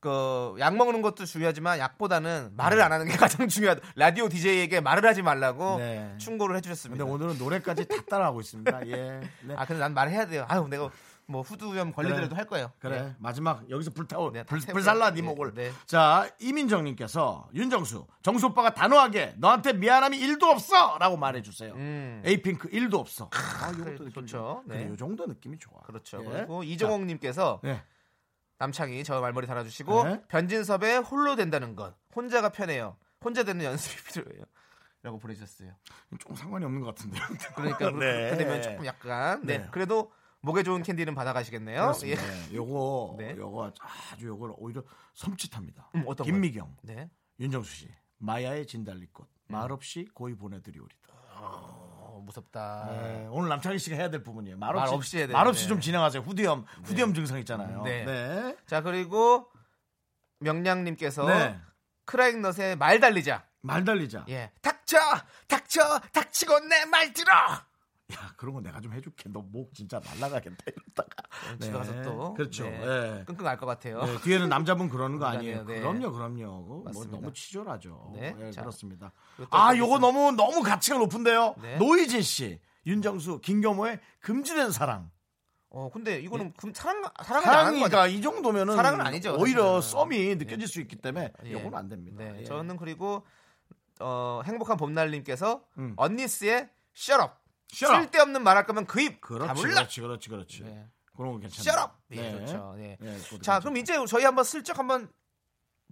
그약 먹는 것도 중요하지만 약보다는 네. 말을 안 하는 게 *laughs* 가장 중요하다. 라디오 DJ에게 말을 하지 말라고 네. 충고를 근데 해주셨습니다. 오늘은 노래까지 다 따라하고 있습니다. 예. 네. 아 근데 난 말해야 돼요. 아유 내가 뭐 후두염 걸리더라도 그래. 할 거예요. 그래 네. 마지막 여기서 불타오 네, 다 불, 태우고. 불살라 네, 네 목을 네. 자 이민정님께서 윤정수 정수 오빠가 단호하게 너한테 미안함이 1도 없어 라고 말해주세요 음. 에이핑크 1도 없어 아 그래, 좋죠. 네. 그래 요 정도 느낌이 좋아 그렇죠. 예. 그리고 이정옥님께서 자, 예. 남창이 저 말머리 달아주시고 네. 변진섭의 홀로 된다는 건 혼자가 편해요. 혼자 되는 연습이 *laughs* 필요해요. 라고 보내주셨어요. 좀 상관이 없는 것 같은데요 *laughs* 그러니까 네. 그렇게 되면 조금 약간 네. 네. 그래도 목에 좋은 캔디는 받아가시겠네요. 그렇습니다. 예. 예. 요거 네. 요거 아주 요걸 오히려 섬찟합니다 음, 어떤 김미경 네. 윤정수 씨 마야의 진달리꽃 말없이 고이 보내드리오리다 어, 무섭다. 네, 오늘 남창희 씨가 해야 될 부분이에요. 말없이 말 없이 해야 돼요. 말없이 네. 좀 진행하세요. 후디염 후디염 증상 있잖아요. 네. 네. 자 그리고 명량님께서 네. 크라잉넛의 말 달리자. 말 달리자. 예. 닥쳐, 닥쳐, 닥치고 내 말 들어. 야 그런 거 내가 좀 해줄게. 너 목 진짜 날라가겠다 이러다가 집에 네. 가서 또 그렇죠. 네. 예. 끙끙 알 것 같아요. 네, 뒤에는 남자분 그러는 거 아니에요. 어. 그러네요, 네. 그럼요, 그럼요. 그거 뭐 맞습니다. 너무 치졸하죠. 네, 예, 자. 그렇습니다. 그리고 또 아, 어떤 요거 게 있어요? 너무 너무 가치가 높은데요. 네. 노이진 씨, 윤정수, 김경호의 금지된 사랑. 어 근데 이거는 그럼 사랑 사랑은 안한 거죠. 예. 사랑이가 이 정도면은 사랑은 아니죠, 오히려 사실은. 네. 썸이 느껴질 수 있기 때문에 예. 요건 안 됩니다. 네. 예. 저는 그리고 어, 행복한 봄날님께서 음. 언니스의 Shut Up. Shut up. 그렇죠. 쓸데없는 말할 거면 그 입 그렇지, 다물라. 그렇지, 그렇지, 그렇지. 네. 그런 거 Shut 괜찮아요. Up. 예, 네. 좋죠. 예. 네, 그것도 자 괜찮아요. 그럼 이제 저희 한번 슬쩍 한번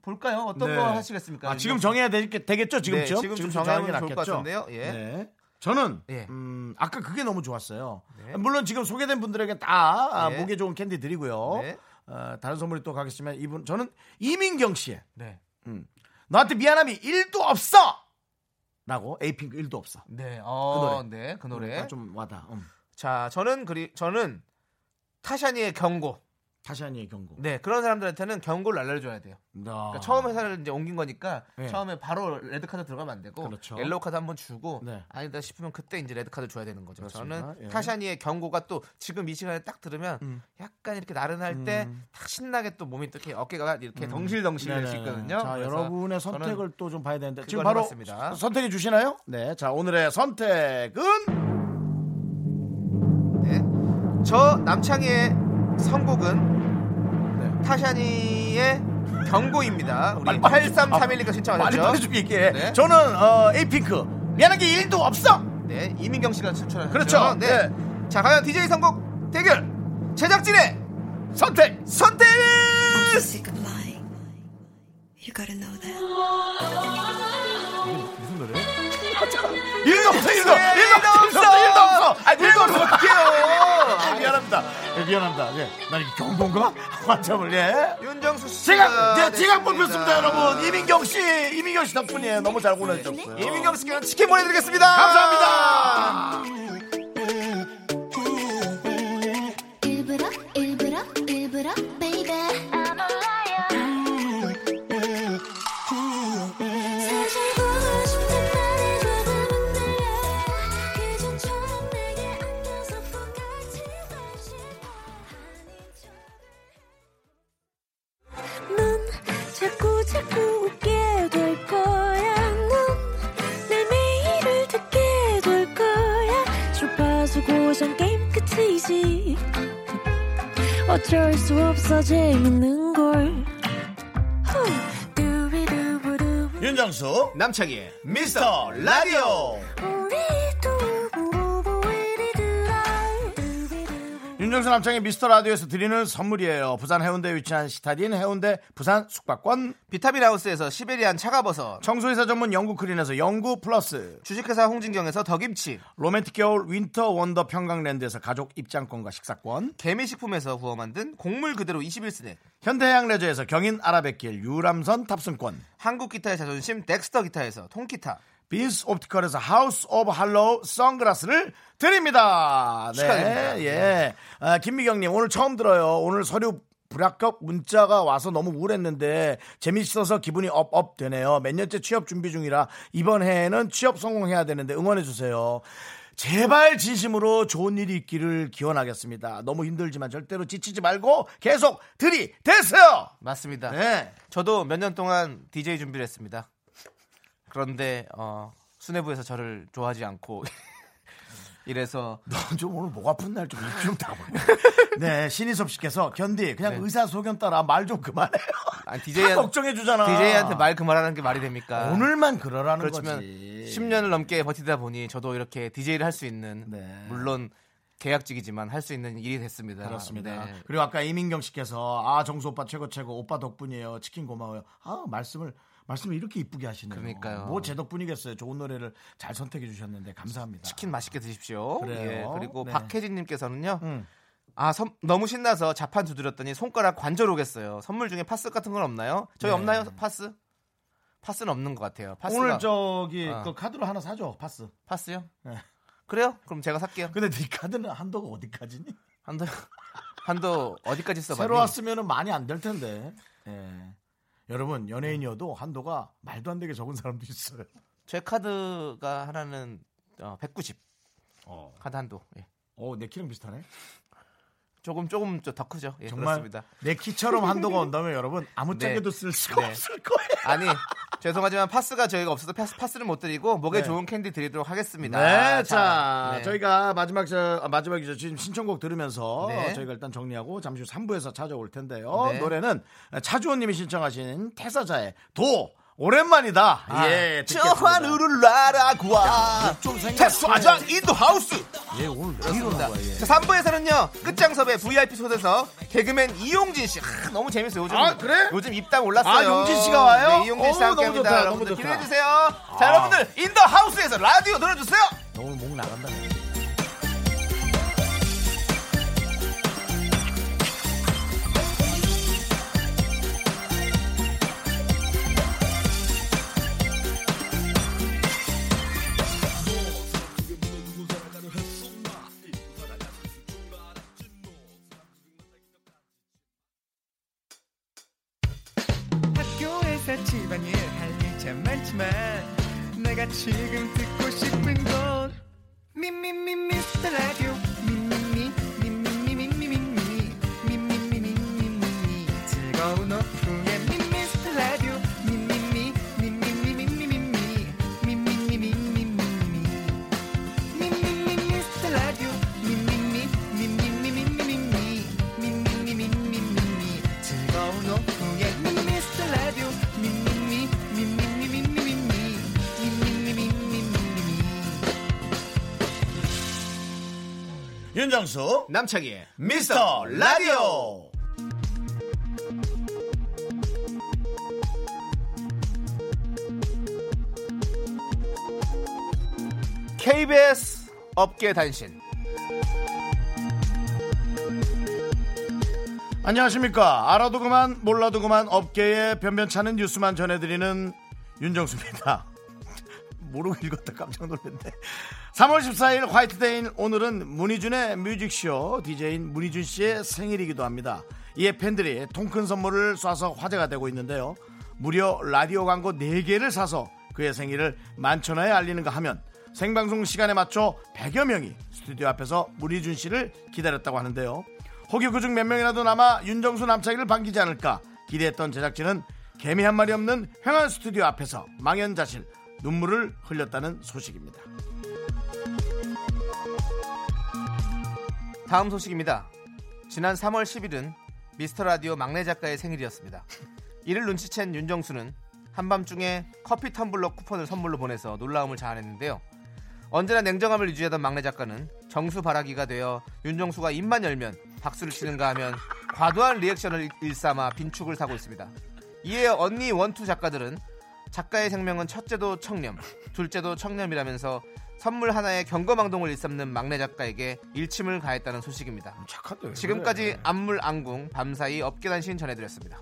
볼까요? 어떤 네. 거 하시겠습니까? 아, 지금 정해야 되겠, 되겠죠? 지금쯤? 네, 지금 좀 정하는 게 좋을 것 같은데요. 예. 네. 저는 예. 음, 아까 그게 너무 좋았어요. 네. 물론 지금 소개된 분들에게 다 아, 네. 목에 좋은 캔디 드리고요. 네. 어, 다른 선물이 또 가겠지만 이분 저는 이민경 씨의 네. 음, 너한테 미안함이 1도 없어! 라고 에이핑크 1도 없어. 네. 어, 그 네. 그 노래. 그러니까 좀 와다. 음. 자, 저는 그리 저는 타샤니의 경고. 타샤니의 경고. 네, 그런 사람들한테는 경고를 날려줘야 돼요. 아. 그러니까 처음 회사를 이제 옮긴 거니까 네. 처음에 바로 레드 카드 들어가면 안 되고 그렇죠. 옐로우 카드 한번 주고 네. 아니다 싶으면 그때 이제 레드 카드 줘야 되는 거죠. 그렇습니다. 저는 예. 음. 타샤니의 경고가 또 지금 이 시간에 딱 들으면 약간 이렇게 나른할 때 딱 신나게 또 몸이 또 이렇게 어깨가 이렇게 덩실덩실할 수 음. 네네. 있거든요. 자, 그래서 여러분의 저는 선택을 또 좀 봐야 되는데 지금 그걸 바로 해봤습니다. 선택해 주시나요? 네, 자 오늘의 선택은 네. 저 남창희의 선곡은 네, 타샤니의 아, 경고입니다. 우리 8331니까 빨리 빨리 신청하셨죠? 아, 좀 얘기해. 네. 저는 어, 에이핑크 미안한 게 1도 없어. 네, 이민경 씨가 신청하셨죠? 그렇죠. 네. 자, 과연 DJ 선곡 대결 제작진의 선택 선택. Just sick of lying. You gotta know that. 아, 일도 없어, 일도, 일도 없어, 일도 없어. 네, 아, 일도 없어. 아, 어떡해요? 미안합니다. 예, 미안합니다. 예, 난 이게 경고인가? *laughs* 환참을 예. 윤정수 씨. 제가 네, 제 제가 뽑혔습니다, 여러분. 이민경 씨, 이민경 씨 덕분이에요. 너무 잘 보내주셨고요. 이민경 씨께는 치킨 보내드리겠습니다. 감사합니다. 일부러 일부러 일부러 baby I'm a liar 사실 보고 싶은 말해줘 답은 내려 그저 처음 내게 어, 안겨서 폰같이 싶어 아닌 척을 넌 자꾸 자꾸 웃게 될 거야 넌내 매일을 듣게 될 거야 주파수 고정 게임 끝이지 어쩔 수 없어 재밌는걸 후. 두비두부두. 윤정수 남창희의 미스터 라디오. 우리 두부부부 우리들아. 두비두부. 윤정수 남창의 미스터 라디오에서 드리는 선물이에요. 부산 해운대에 위치한 시타딘 해운대 부산 숙박권, 비타민 하우스에서 시베리안 차가버섯. 청소이사 전문 영구 크린에서 영구 플러스, 주식회사 홍진경에서 더김치. 로맨틱 겨울 윈터 원더 평강랜드에서 가족 입장권과 식사권, 개미식품에서 구워 만든 곡물 그대로 21스낵 현대해양 레저에서 경인 아라뱃길 유람선 탑승권, 한국 기타의 자존심 덱스터 기타에서 통기타 빈스 옵티컬에서 하우스 오브 할로우 선글라스를 드립니다. 네. 축하드립니다. 예. 아, 김미경님, 오늘 처음 들어요. 오늘 서류 불합격 문자가 와서 너무 우울했는데 재밌어서 기분이 업업 되네요. 몇 년째 취업 준비 중이라 이번 해에는 취업 성공해야 되는데 응원해주세요. 제발 진심으로 좋은 일이 있기를 기원하겠습니다. 너무 힘들지만 절대로 지치지 말고 계속 들이대세요. 맞습니다. 네. 저도 몇 년 동안 DJ 준비를 했습니다. 그런데 어, 수뇌부에서 저를 좋아하지 않고 *laughs* 이래서 좀 오늘 목 아픈 날 좀 입좀 다보 네, 신희섭 씨께서 견디 네. 그냥 의사 소견 따라 말 좀 그만해요. 아니, DJ DJ 한- 걱정해 주잖아. 아, DJ한테 말 그만하는 게 말이 됩니까? 오늘만 그러라는 그렇지만 거지. 10년을 넘게 버티다 보니 저도 이렇게 DJ를 할 수 있는 네. 물론 계약직이지만 할 수 있는 일이 됐습니다. 그렇습니다. 네. 그리고 아까 이민경 씨께서 아 정수 오빠 최고 최고 오빠 덕분이에요 치킨 고마워요. 아 말씀을 말씀을 이렇게 이쁘게 하시네요. 그러니까요. 뭐 제 덕분이겠어요. 좋은 노래를 잘 선택해 주셨는데 감사합니다. 치킨 맛있게 드십시오. 예, 그래요. 그리고 네. 박혜진님께서는요. 음. 아 섬- 너무 신나서 자판 두드렸더니 손가락 관절 오겠어요. 선물 중에 파스 같은 건 없나요? 저희 네. 없나요? 파스? 파스는 없는 것 같아요. 파스가 오늘 저기 아. 그 카드로 하나 사줘 파스. 파스요? 네. 그래요? 그럼 제가 살게요. 근데 네 카드는 한도가 어디까지니? 한도 *laughs* 한도 어디까지 써봤니? 새로 왔으면 많이 안 될 텐데. 예. 여러분 연예인이어도 한도가 말도 안 되게 적은 사람도 있어요. 제 카드가 하나는 어, 190 카드 한도. 예. 오, 어, 내 키랑 비슷하네. 조금 조금 더 크죠. 예, 정말 그렇습니다. 내 키처럼 한도가 온다면 여러분 아무짝에도 쓸 수가 네. 없을 거예요. 아니 죄송하지만 파스가 저희가 없어서 파스, 파스를 못 드리고 목에 네. 좋은 캔디 드리도록 하겠습니다. 네, 자, 네. 저희가 마지막 저 아, 마지막이죠. 지금 신청곡 들으면서 네. 저희가 일단 정리하고 잠시 후 3부에서 찾아올 텐데요. 네. 노래는 차주호님이 신청하신 태사자의 도 오랜만이다. 아, 예, 저환우를 나라구와 태수아장 인도하우스 예, 오늘 그렇습니다. 자, 3부에서는요 끝장섭의 VIP 소대서 개그맨 이용진 씨 아, 너무 재밌어요 요즘 아, 그래? 요즘 입당 올랐어요 아, 용진 씨가 와요? 네, 이용진 씨 어우, 함께합니다 너무 좋다, 너무 여러분들 좋다. 아. 기대해 주세요 자 여러분들 인더하우스에서 라디오 들어주세요 너무 목 나간다. 학교에서 집안일 할 일 참 많지만 내가 지금 듣고 싶은 건 미미미 미스터 라디오 미미미 미미미 미미미 미미미 미미미 미미미 즐거운 오후에 미스터 라디오 미미미 미미미 미미미 미미미 미미미 미미미 미스터 라디오 미미미 미미미 미미미 미미미 미미미 즐거운 오후에 미스터 라디오 미미미 미미미 미미미 미미미 미미미 윤정수 남창희의 미스터 라디오. KBS 업계 단신 안녕하십니까. 알아도 그만, 몰라도 그만, 업계의 변변찮은 뉴스만 전해드리는 윤정수입니다. *laughs* 모르고 읽었다 깜짝 놀랐네. 3월 14일 화이트데이인 오늘은 문희준의 뮤직쇼 DJ인 문희준 씨의 생일이기도 합니다. 이에 팬들이 통큰 선물을 쏴서 화제가 되고 있는데요. 무려 라디오 광고 4개를 사서 그의 생일을 만천하에 알리는가 하면 생방송 시간에 맞춰 100여 명이 스튜디오 앞에서 문희준 씨를 기다렸다고 하는데요. 혹여 그중 몇 명이라도 남아 윤정수 남창희를 반기지 않을까 기대했던 제작진은 개미 한 마리 없는 횡한 스튜디오 앞에서 망연자실 눈물을 흘렸다는 소식입니다. 다음 소식입니다. 지난 3월 10일은 미스터 라디오 막내 작가의 생일이었습니다. 이를 눈치챈 윤정수는 한밤중에 커피 텀블러 쿠폰을 선물로 보내서 놀라움을 자아냈는데요. 언제나 냉정함을 유지하던 막내 작가는 정수 바라기가 되어 윤정수가 입만 열면 박수를 치는가 하면 과도한 리액션을 일삼아 빈축을 사고 있습니다. 이에 언니 원투 작가들은 작가의 생명은 첫째도 청렴, 둘째도 청렴이라면서 선물 하나에 경거망동을 일삼는 막내 작가에게 일침을 가했다는 소식입니다. 착하다. 지금까지 안물안궁 밤사이 업계단신 전해드렸습니다.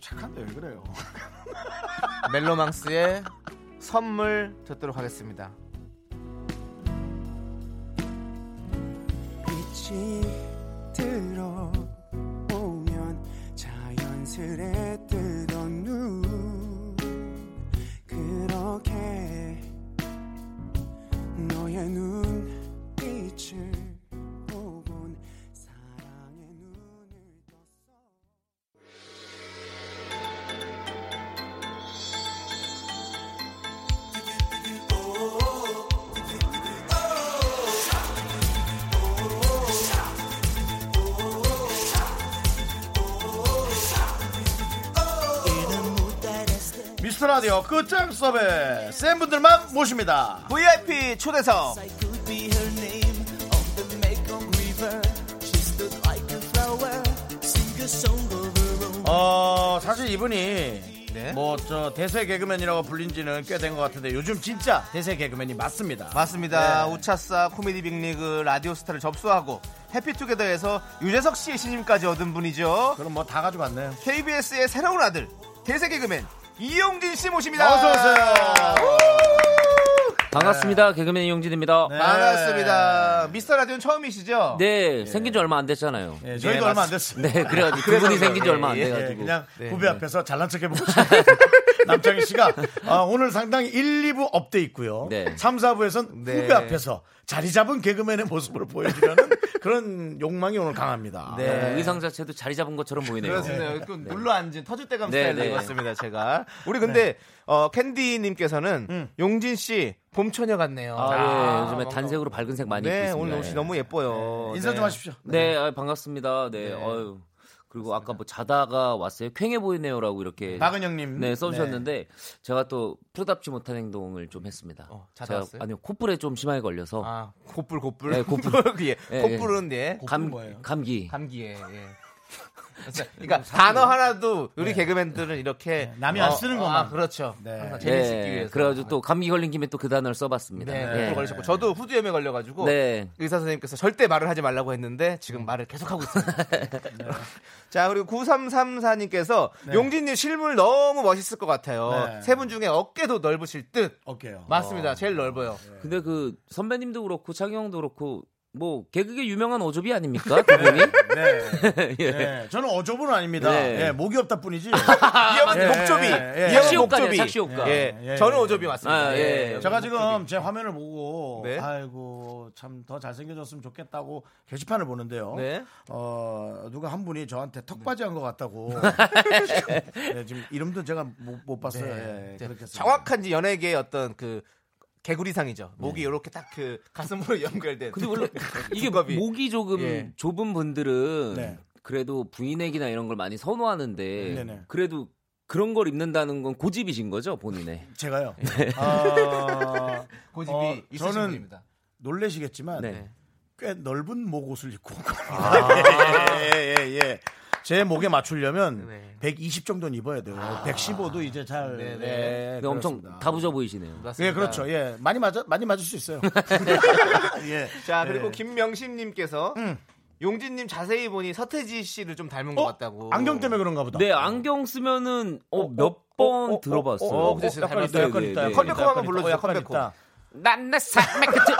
착한데 왜 그래요? *laughs* 멜로망스의 선물 듣도록 하겠습니다. 빛이 들어오면 자연스레 뜨던 눈 라디오 끝장 서베 센 분들만 모십니다. VIP 초대석 could be her name on the Mekong River. She stood like a flower, sing a song of her own. 어 사실 이분이 네. 뭐 저 대세 개그맨이라고 불린지는 꽤 된 것 같은데 요즘 진짜 대세 개그맨이 맞습니다. 맞습니다. 네. 우차싸 코미디 빅리그 라디오스타를 접수하고 해피투게더에서 유재석 씨의 신임까지 얻은 분이죠. 그럼 뭐 다 가져갔네요. KBS의 새로운 아들 대세 개그맨 이용진 씨 모십니다. 네. 어서 오세요. 반갑습니다. 개그맨 이용진입니다. 네. 반갑습니다. 미스터 라디오는 처음이시죠? 네, 생긴 지 얼마 안 됐잖아요. 예, 저희도 네, 얼마 안 맞습니다. 됐어요. 네, 그래가지고 두 분이 생긴 지 얼마 안 예, 예, 예, 돼가지고. 그냥 네. 후배 앞에서 잘난 척 해보고 싶어요. *laughs* 남창희 씨가 아, 오늘 상당히 1, 2부 업돼 있고요. 네. 3, 4부에선 네. 후배 앞에서 자리 잡은 개그맨의 모습으로 *laughs* 보여주려는 그런 욕망이 오늘 강합니다. 네, 의상 자체도 자리 잡은 것처럼 보이네요. 예. 그렇습니다. 이렇게 눌러 앉은 터줏대감 네, 스타일로 네. 입었습니다, 제가. 우리 근데 어, 캔디님께서는 용진 씨 봄처녀 같네요. 음. 아, 아, 예, 요즘에 단색으로 밝은색 많이 입고 네, 있습니다. 오늘 옷이 예. 너무 예뻐요. 인사 네. 좀 하십시오. 네, 아, 반갑습니다. 네, 어유. 그리고 아까 뭐 자다가 왔어요. 쾌해 보이네요라고 이렇게 아, 박은영님. 네 써주셨는데 제가 또 프로답지 못한 행동을 좀 했습니다. 어, 자다 제가 왔어요? 아니요 콧불에 좀 심하게 걸려서 아, 곱불, 곱불. 네, 곱불. *laughs* 예. 예, 곱불은 예. 감, 뭐예요? 감기 감기에. *laughs* 예. 그러니까 단어 하나도 네. 우리 개그맨들은 이렇게 네, 남이 안 쓰는 것만. 아, 그렇죠. 네. 항상 재밌기 네, 위해서. 아, 그래가지고 또 감기 걸린 김에 또 그 단어를 써봤습니다. 네, 예. 곱불 걸리셨고 저도 후두염에 걸려가지고 네. 의사 선생님께서 절대 말을 하지 말라고 했는데 음. 지금 말을 계속하고 *laughs* 있습니다. 네. 자, 그리고 9334님께서 용진님 실물 너무 멋있을 것 같아요. 네. 세 분 중에 어깨도 넓으실 듯. 어깨요. 맞습니다. 제일 넓어요. 네. 근데 그 선배님도 그렇고 창희 형도 그렇고 뭐 개그계 유명한 어조비 아닙니까 두 분이? *laughs* 네. 예. 네. 저는 어조분 아닙니다. *laughs* 네. 예, 목이 없다 뿐이지. 이 형은 예, 목조비. 예, 예. 이 형은 착시효과네요, 목조비. 착시효과. 예, 예, 예, 저는 예. 오조비 맞습니다. 아, 예. 제가 지금 제 화면을 보고 네. 아이고 참 더 잘생겨졌으면 좋겠다고 게시판을 보는데요. 네. 어 누가 한 분이 저한테 턱받이 한 것 *laughs* 같다고. 네, 지금 이름도 제가 못, 못 봤어요. 예, 이제 그렇게 해서. 네. 정확한 이제 연예계의 어떤 그 개구리상이죠. 목이 이렇게 딱 그 가슴으로 *laughs* 연결된. 네. 그 근데 원래 이게 두꺼비. 목이 조금 예. 좁은 분들은 네. 그래도 부인액이나 이런 걸 많이 선호하는데 네네. 그래도 그런 걸 입는다는 건 고집이신 거죠 본인의. 제가요. 네. 아, 고집이 어, 있으신 저는- 분입니다. 놀래시겠지만 네. 꽤 넓은 목옷을 입고 온 겁니다. *laughs* 예, 예, 예. 제 목에 맞추려면 아. 네. 아. 120 정도는 입어야 돼요. 115도 이제 잘. 네, 네. 예, 근데 엄청 그렇습니다. 다부져 보이시네요. 예, 맞습니다. 그렇죠. 예, 많이 맞아, 많이 맞을 *laughs* 수 있어요. *laughs* 예. 자 그리고 예. 김명심님께서 용진님 자세히 보니 서태지 씨를 좀 닮은 것 음. 어? 같다고. 안경 때문에 그런가 보다. 네 안경 쓰면은 어 몇 번 어, 어, 들어봤어요. 어, 어, 어, 약간 있다, 네, 약간 네, 있다. 네. 컴백홈 한번 약간 있다. 불러주세요, 어, 약간 컴백홈. 있다. 난내 삶의 끝을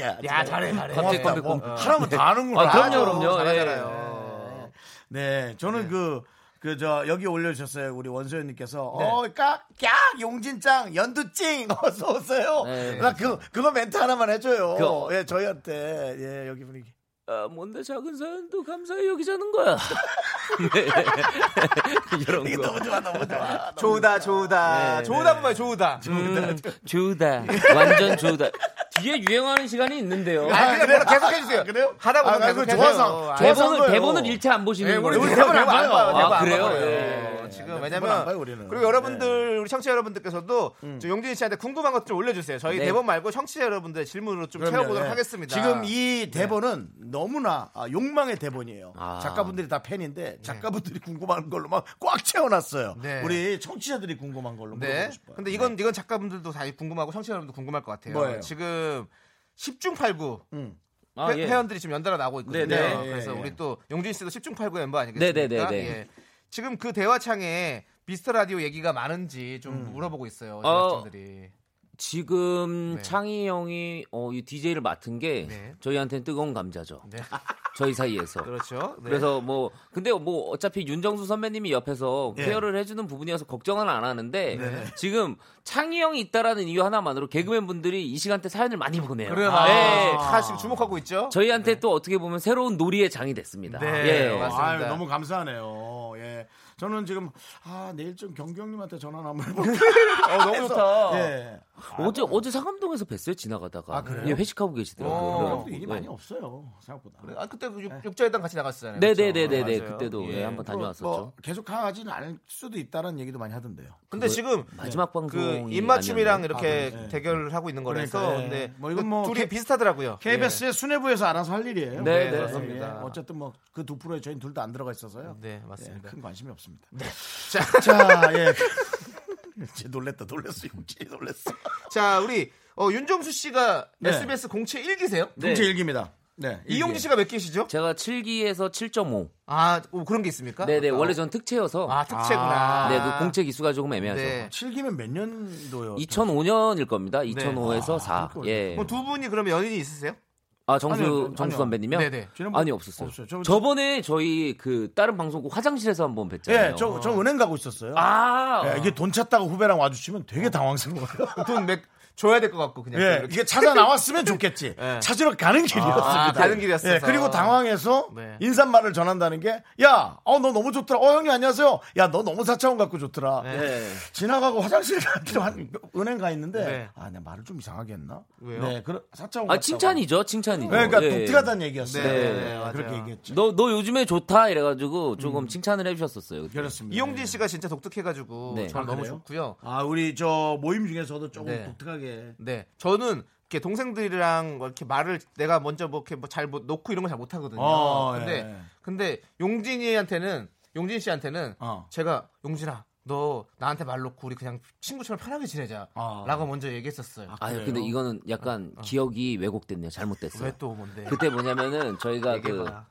야, 야 잘해 잘해. 고맙다. 네. 뭐, 하라면 다 하는구나. 아, 그럼요, 아주 그럼요. 잘하잖아요. 네, 저는 그, 그, 저, 여기 올려주셨어요. 우리 원소연님께서. 네. 어, 깍, 깍, 용진짱, 연두찡, 어서오세요. 네, 나 그, 그거 멘트 하나만 해줘요. 그- 예, 저희한테. 예, 여기 분위기. 아, 뭔데 작은 사연도 감사히 여기자는 거야. *laughs* 네. *laughs* 이게 이런 거. 너무 좋아, 너무 좋아. 네, 좋다 좋다 좋다 보면 좋다. 음, 주다. *laughs* 완전 주다. 뒤에 유행하는 시간이 있는데요. 아 그냥 뭐라 계속 해주세요. 그래요? 하다 보면 아, 계속 그거 해줘요. 좋아서. 아, 좋아서 한 대본을 거예요. 네, 대본을 일체 안 보시는 우리 거예요. 대본 대본을 안 봐요. 아, 안 그래요? 봐요. 예. 지금 대본 안 왜냐면 봐요, 우리는. 네. 음. 그리고 여러분들 우리 청취자 여러분들께서도 저 용진 씨한테 궁금한 것 좀 올려주세요. 저희 네. 대본 말고 청취자 여러분들의 질문으로 좀 그럼요, 채워보도록 예. 하겠습니다. 네. 지금 이 대본은 너무나 아, 욕망의 대본이에요. 아. 작가분들이 다 팬인데 작가분들이 궁금한 걸로 막 꽉 채워놨어요. 네. 우리 청취자들이 궁금한 걸로 네. 물어보고 싶어요. 근데 이건 이건 작가분들도 다 궁금하고 청취자 여러분도 궁금할 것 같아요. 뭐예요? 지금 10중 8구 음. 아, 회, 예. 원들이 지금 연달아 나오고 있거든요. 네, 네. 그래서 예, 예. 우리 또 용진 씨도 10중 8구 멤버 아니겠습니까? 네, 네, 네, 네. 예. 지금 그 대화창에 미스터 라디오 얘기가 많은지 좀 음. 물어보고 있어요. 어. 제작진들이. 지금 네. 창희 형이 어, 이 DJ를 맡은 게 네. 저희한테는 뜨거운 감자죠. 네. 저희 사이에서. 그렇죠. 네. 그래서 뭐 근데 뭐 어차피 윤정수 선배님이 옆에서 예. 케어를 해주는 부분이어서 걱정은 안 하는데 네. 지금 창희 형이 있다라는 이유 하나만으로 개그맨 분들이 이 시간대 사연을 많이 보내요. 그래요. 아, 예. 다 지금 주목하고 있죠. 저희한테 또 어떻게 보면 새로운 놀이의 장이 됐습니다. 네, 예. 맞습니다. 아유, 너무 감사하네요. 예. *laughs* 저는 지금 아 내일 좀 경경님한테 전화 한번 해볼까. 어, 너무 좋다. 예. 어제 어제 상암동에서 뵀어요 지나가다가 아, 그래요? 예, 회식하고 어. 계시더라고요. 네. 사람도 일이 많이 없어요 생각보다. 아 그때 그 육, 육자회담 같이 나갔잖아요. 그렇죠? 네네네네네 맞아요. 그때도 예, 한번 또 다녀왔었죠. 뭐 계속 강하지는 않을 수도 있다라는 얘기도 많이 하던데요. 근데 지금 그 마지막 방송 입맞춤이랑 아, 네. 이렇게 그래요? 예. 대결을 하고 있는 거라서 그러니까, 예. 근데 뭐 이건 뭐 둘이 K- 비슷하더라고요. KBS의 수뇌부에서 알아서 할 일이에요. 네, 네, 그렇습니다. 예, 어쨌든 뭐 그 두 프로에 저희 둘 다 안 들어가 있어서요. 예. 네 맞습니다. 예, 큰 관심이 없습니다. 자, 자, 예. *laughs* 쟤 놀랬다, 놀랬어, 용진이 놀랬어. 자 우리 어, 윤종수 씨가 네. SBS 공채 1기세요? 네. 통제 일기입니다. 네, 이용진 씨가 몇 기시죠? 제가 7기에서 7.5. 아 오, 그런 게 있습니까? 네네 아, 원래 전 특채여서 아 특채구나. 네, 그 공채 기수가 조금 애매하죠. 네. 7기면 몇 년도요? 2005년일 네. 겁니다. 아, 2005에서 4. 예. 뭐두 분이 그러면 연인이 있으세요? 아 정수 아니요, 정수 아니요. 선배님이요? 네네. 지난번- 아니 없었어요. 없어요. 저- 저번에 저희 그 다른 방송국 화장실에서 한번 뵀잖아요. 예, 저, 저 은행 가고 있었어요. 아, 예, 이게 돈 찾다가 후배랑 와주시면 되게 당황스러워요. 네, 돈 맥, 줘야 될 것 같고 그냥 예, 이렇게. 이게 찾아 나왔으면 좋겠지. *laughs* 예. 찾으러 가는 길이었습니다. 아, 가는 길이었어서. 예, 그리고 당황해서 네. 인사말을 전한다는 게, 야, 어, 너 너무 좋더라. 어, 형님 안녕하세요. 야, 너 너무 사차원 갖고 좋더라. 예. 네. 지나가고 화장실 갔더니 한 은행 가 있는데, 네. 아, 내가 말을 좀 이상하게 했나? 왜요? 네, 그런 사차원. 아 같다고. 칭찬이죠, 칭찬이죠. 네, 그러니까 예. 독특하다는 얘기였어요. 네, 네, 네, 맞아요. 그렇게 얘기했죠. 너, 너 요즘에 좋다 이래가지고 음. 조금 칭찬을 해주셨었어요. 그때. 그렇습니다. 이용진 씨가 진짜 독특해가지고 네. 저는 아, 너무 그래요? 좋고요. 아, 우리 저 모임 중에서도 조금 네. 독특하게. 네, 저는 이렇게 동생들이랑 뭐 이렇게 말을 내가 먼저 뭐 이렇게 뭐 잘 못 놓고 이런 걸 잘 못하거든요. 어, 근데 예, 예. 근데 용진이한테는 용진 씨한테는 어. 제가 용진아 너 나한테 말 놓고 우리 그냥 친구처럼 편하게 지내자라고 아. 먼저 얘기했었어요. 아 근데 이거는 약간 기억이 왜곡됐네요. 잘못됐어요. 왜 또 뭔데? 그때 뭐냐면은 저희가 그 얘기해봐라.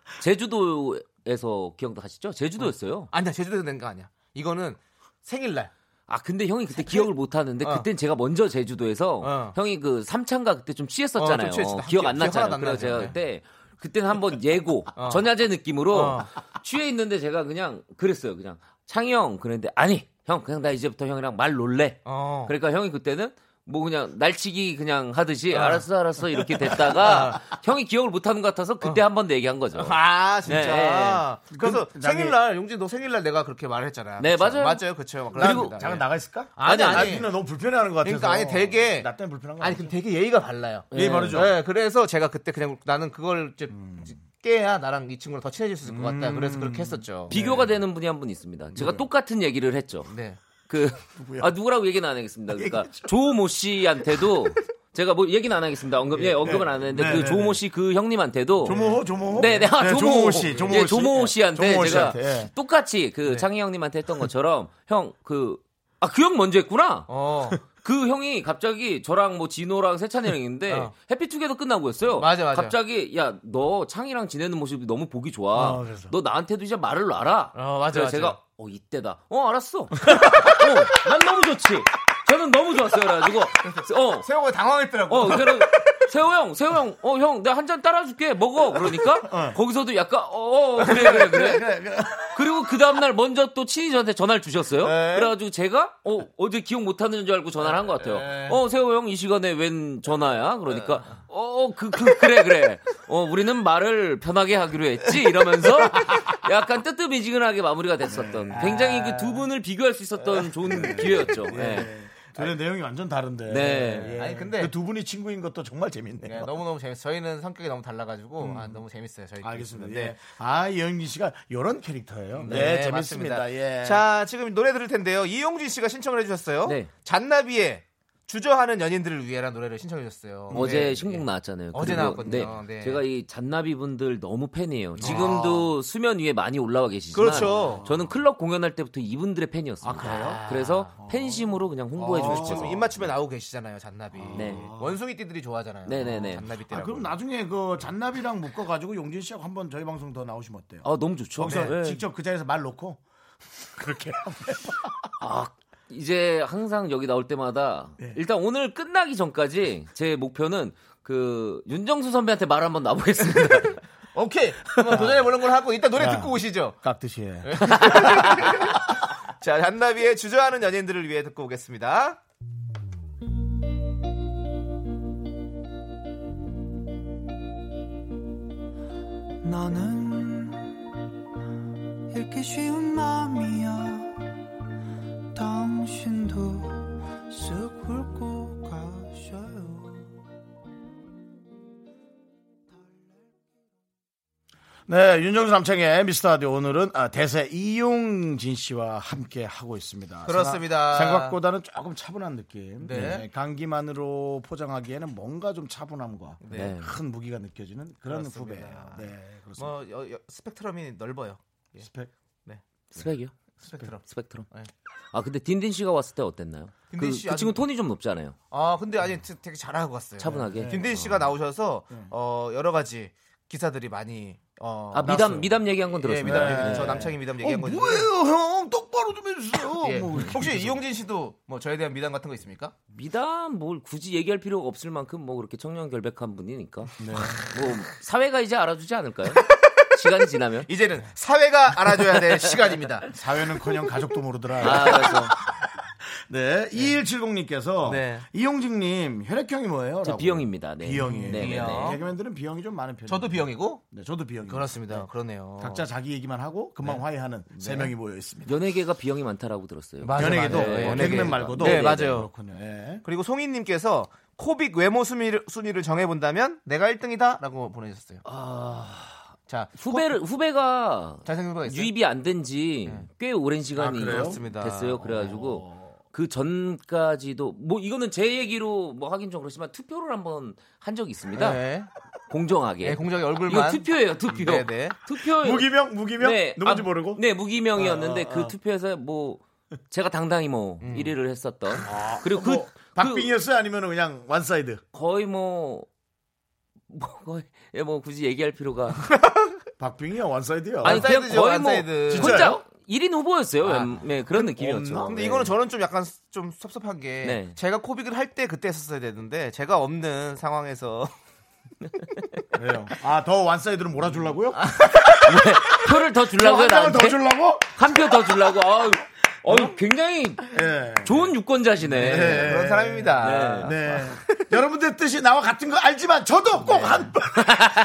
제주도에서 기억나시죠? 제주도였어요. 아니야 제주도에서 낸 거 아니야. 이거는 생일날. 아 근데 형이 그때 기억을 못 하는데 어. 그땐 제가 먼저 제주도에서 어. 형이 그 삼창가 그때 좀 취했었잖아요. 어, 좀 취했지. 나 기억 안 기억 하나도 났잖아요. 안 그래서 제가 나네. 그때 그때는 *laughs* 한번 예고 전야제 느낌으로 어. 취해 있는데 제가 그냥 그랬어요. 그냥 창이 형 그랬는데 아니 형 그냥 나 이제부터 형이랑 말 놀래. 어. 그러니까 형이 그때는 뭐 그냥 날치기 그냥 하듯이 알았어 알았어 *laughs* 이렇게 됐다가 형이 기억을 못하는 것 같아서 그때 한 번 더 얘기한 거죠. 어. 아 진짜. 그래서 그럼 나중에- 생일날 용진 너 생일날 내가 그렇게 말했잖아. 네, 그쵸? 맞아요. 맞아요 그렇죠. 그리고 잠깐 나가 있을까? 아니, 아니. 는 너무 불편해하는 것 같아서. 그러니까 아니, 되게- 나 때문에 불편한 거 아니 아니 근데 되게 예의가 발라요. 예의 바르죠? 네, 그래서 제가 그때 그냥 나는 그걸 이제 깨야 나랑 이 친구랑 더 친해질 수 있을 것 같다. 그래서 그렇게 했었죠. 비교가 되는 분이 한 분 있습니다. 제가 똑같은 얘기를 했죠. 네. 그, 아, 누구라고 얘기는 안 하겠습니다. 그러니까, 조모 씨한테도, 제가 뭐 얘기는 안 하겠습니다. 언급, 예, 언급은 안 했는데, 네, 그 네, 조모 씨 그 형님한테도. 조모호 조모호. 네, 네, 아, 네, 조모, 조모호 씨, 조모호 예, 씨. 조모호 네, 씨한테 조모호 제가 씨한테, 예. 똑같이 그 창희 형님한테 했던 것처럼, 형, 그, 아, 그 형 먼저 했구나? 어. 그 형이 갑자기 저랑 뭐 진호랑 세찬이랑 있는데 어. 해피투게더 끝나고였어요. 맞아, 맞아. 갑자기 야 너 창이랑 지내는 모습이 너무 보기 좋아. 어, 그래서. 너 나한테도 이제 말을 놔라. 어, 맞아, 그래서 맞아. 제가 어 이때다. 어 알았어. *laughs* 어, 난 너무 좋지. 저는 너무 좋았어요. 그래가지고 어 세호가 당황했더라고. 어, 그럼 세호 형, 세호 형, 어, 형, 내가 한 잔 따라줄게. 먹어. 그러니까 거기서도 약간 어, 어 그래, 그래, *laughs* 그래. 그리고 그 다음날 먼저 또 친히 저한테 전화를 주셨어요. 네. 그래가지고 제가 어, 어제 기억 못하는 줄 알고 전화를 한 것 같아요. 네. 어, 세호 형, 이 시간에 웬 전화야? 그러니까 어, 그, 그, 그래, 그래. 어, 우리는 말을 편하게 하기로 했지. 이러면서 약간 뜨뜻미지근하게 마무리가 네. 됐었던 굉장히 그 두 분을 비교할 수 있었던 좋은 기회였죠. 네. 둘의 내용이 완전 다른데. 네. 예. 아니, 근데- 그두 분이 친구인 것도 정말 네, 재밌네요. 너무 너무 재밌어. 저희는 성격이 너무 달라가지고 아, 너무 재밌어요. 저희. 네. 알겠습니다. 예. 아 이영진 씨가 이런 캐릭터예요. 네, 재밌습니다. 예. 자, 지금 노래 들을 텐데요. 이용진 씨가 신청을 해주셨어요. 네. 잔나비의 주저하는 연인들을 위해라는 노래를 신청해주셨어요. 음, 어제 네. 신곡 나왔잖아요. 어제 그리고, 나왔거든요. 네. 아. 제가 이 잔나비 분들 너무 팬이에요. 지금도 수면 위에 많이 올라와 계시지만 그렇죠. 아, 저는 클럽 공연할 때부터 이분들의 팬이었습니다. 아. 그래서 팬심으로 그냥 홍보해 주고 지금 싶어서. 입맞춤에 나오고 계시잖아요, 잔나비. 네. 원숭이띠들이 좋아하잖아요. 네네네. 잔나비 띠 아, 그럼 나중에 그 잔나비랑 묶어가지고 용진 씨하고 한번 저희 방송 더 나오시면 어때요? 아 너무 좋죠. 거기서 네. 직접 그 자리에서 말 놓고 *laughs* 그렇게. 아, 이제 항상 여기 나올 때마다 네. 일단 오늘 끝나기 전까지 제 목표는 그 윤정수 선배한테 말 한번 나보겠습니다. *laughs* 오케이. 한번 도전해보는 걸 하고 이따 노래 아. 듣고 오시죠. 깍듯이 해. 자, 잔나비의 주저하는 연인들을 위해 듣고 오겠습니다. 나는 읽기 쉬운 마음이야 당신도 쓱 훑고 가 네, 윤정수 남창의 미스터 라디오 오늘은 아, 대세 이용진 씨와 함께 하고 있습니다. 그렇습니다. 생각- 생각보다는 조금 차분한 느낌. 네. 네, 감기만으로 포장하기에는 뭔가 좀 차분함과 네. 큰 무기가 느껴지는 그런 그렇습니다. 후배예요. 네, 그렇습니다. 뭐 여- 여- 스펙트럼이 넓어요. 예, 스펙. 스펙이요? 스펙트럼. 스펙트럼. 네. 아 근데 딘딘 씨가 왔을 때 어땠나요? 딘딘 그, 씨 그 아주- 친구 톤이 좀 높잖아요. 아 근데 아니 되- 되게 잘하고 갔어요. 네. 차분하게. 김대희 아. 씨가 나오셔서 네. 어 여러 가지 기사들이 많이 어, 아 나왔어요. 미담 미담 얘기한 건 네. 예, 들었어요. 미담 얘기, 저 남창희 미담 얘기한 건데. 어, 형 똑바로 좀 해주세요. 예. 뭐 이렇게 혹시 해서. 이용진 씨도 뭐 저에 대한 미담 같은 거 있습니까? 미담 뭘 굳이 얘기할 필요가 없을 만큼 뭐 그렇게 청년 결백한 분이니까. 네. 뭐 사회가 이제 알아주지 않을까요? 시간이 *laughs* 지나면. 이제는 사회가 알아줘야 *laughs* 될 시간입니다. 사회는커녕 가족도 모르더라. 아 그래서 *laughs* 네, 2170님께서 네. 이용진님 혈액형이 뭐예요? 아, 저 라고. 비형입니다. 네. B형이에요. 네, 네, B형. 네. 개그맨들은 B형이 좀 많은 편이에요. 저도 B형이고 네, 저도 B형이. 그렇습니다. 그러네요. 각자 자기 얘기만 하고 금방 네. 화해하는 세 명이 모여 있습니다. 연예계가 비형이 많다라고 들었어요. 맞아요, 연예계도 맞아요. 어, 연예계. 개그맨 말고도 네, 네, 맞아요. 그렇군요. 예. 그리고 송이님께서 코빅 외모 순위를, 순위를 정해본다면 내가 1등이다라고 보내주셨어요. 아, 자 후배를 후배가 잘생긴 후배가 있어요. 네. 유입이 안 된 지 꽤 오랜 시간이 아, 그래요? 그렇습니다. 됐어요. 그래가지고 그 전까지도 뭐 이거는 제 얘기로 뭐 하긴 좀 그렇지만 투표를 한번 한 적이 있습니다. 네. 공정하게. 네, 공작의 이거 얼굴만. 투표예요. 투표. 네, 네. 투표. 무기명 무기명 누군지 아, 모르고 그 네 무기명이었는데 어, 어, 어. 그 투표에서 뭐 제가 당당히 뭐 음. 1위를 했었던. 그리고 그, 뭐 박빙이었어요 아니면 그냥 완사이드 그 거의 뭐. 뭐 거의 예, 뭐 굳이 얘기할 필요가 박빙이야 완사이드야 아니 그냥 완사이드죠, 거의 뭐 완사이드. 혼자 진짜요? 1인 후보였어요. 웬- 네, 그런 느낌이었죠. 없나? 음, 근데 네. 이거는 저는 좀 약간 스- 좀 섭섭한 게 네. 제가 코빅을 할 때 그때 했었어야 되는데 제가 없는 상황에서 왜요 아더 완사이드로 몰아주려고요 네. 표를 더 주려고요 나한테 한장더 주려고 한 표 더 주려고 아유, 어유 굉장히 예. 좋은 유권자시네 네. 그런 사람입니다. 네 여러분들 뜻이 나와 같은 거 알지만 저도 네. 꼭 한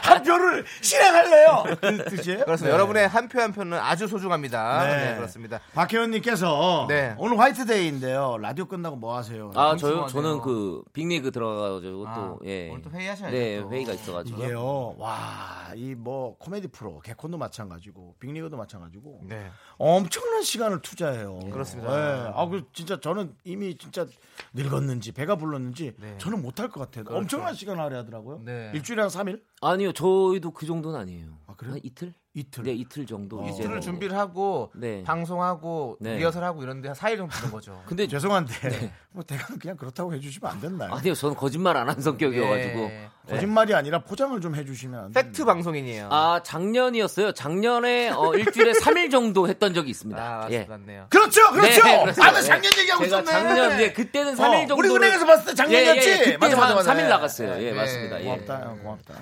한 표를 실행할래요 그 뜻이에요 그렇습니다. 네. 여러분의 한 표 한 표는 아주 소중합니다. 네. 네, 그렇습니다. 박혜원님께서 네. 오늘 화이트데이인데요 라디오 끝나고 뭐 하세요 아 저요 죄송하네요. 저는 그 빅리그 들어가가지고 아, 또예 오늘 또 회의하셔야 네 돼요, 또. 회의가 있어가지고 이게요 와 이 뭐 코미디 프로 개콘도 마찬가지고 빅리그도 마찬가지고 네. 엄청난 시간을 투자해요. 그렇습니다. 예. 아, 그 진짜 저는 이미 진짜 늙었는지 배가 불렀는지 네. 저는 못할 것 같아요. 엄청난 시간을 할애하더라고요. 네. 일주일에 한 3일? 아니요 저희도 그 정도는 아니에요 아, 그래요? 한 이틀 이틀. 아, 네 이틀 정도 이제 술을 뭐. 준비를 하고 네. 방송하고 네. 리허설하고 이런데 한 4일 정도 되는 *laughs* 거죠. 근데 네. 죄송한데 네. *laughs* 뭐 대강 그냥 그렇다고 해주시면 안 됐나요? 아니요 저는 거짓말 안 한 성격이어가지고 네. 예. 거짓말이 아니라 포장을 좀 해주시면 안 돼요. 팩트 방송인이에요. 아 작년이었어요 작년에 어, 일주일에 3일 정도 했던 적이 있습니다 아, 예. 맞네요. 그렇죠, 그렇죠. 네, 그렇습니다. 아, 나 작년 예. 얘기하고 제가 있었네. 작년 예 그때는 3일 정도 어, 우리 은행에서 봤을 때 작년이었지? 예, 예, 그때 맞아, 맞아, 맞아. 3일 나갔어요 예, 네. 맞습니다 예. 고맙다, 형, 고맙다.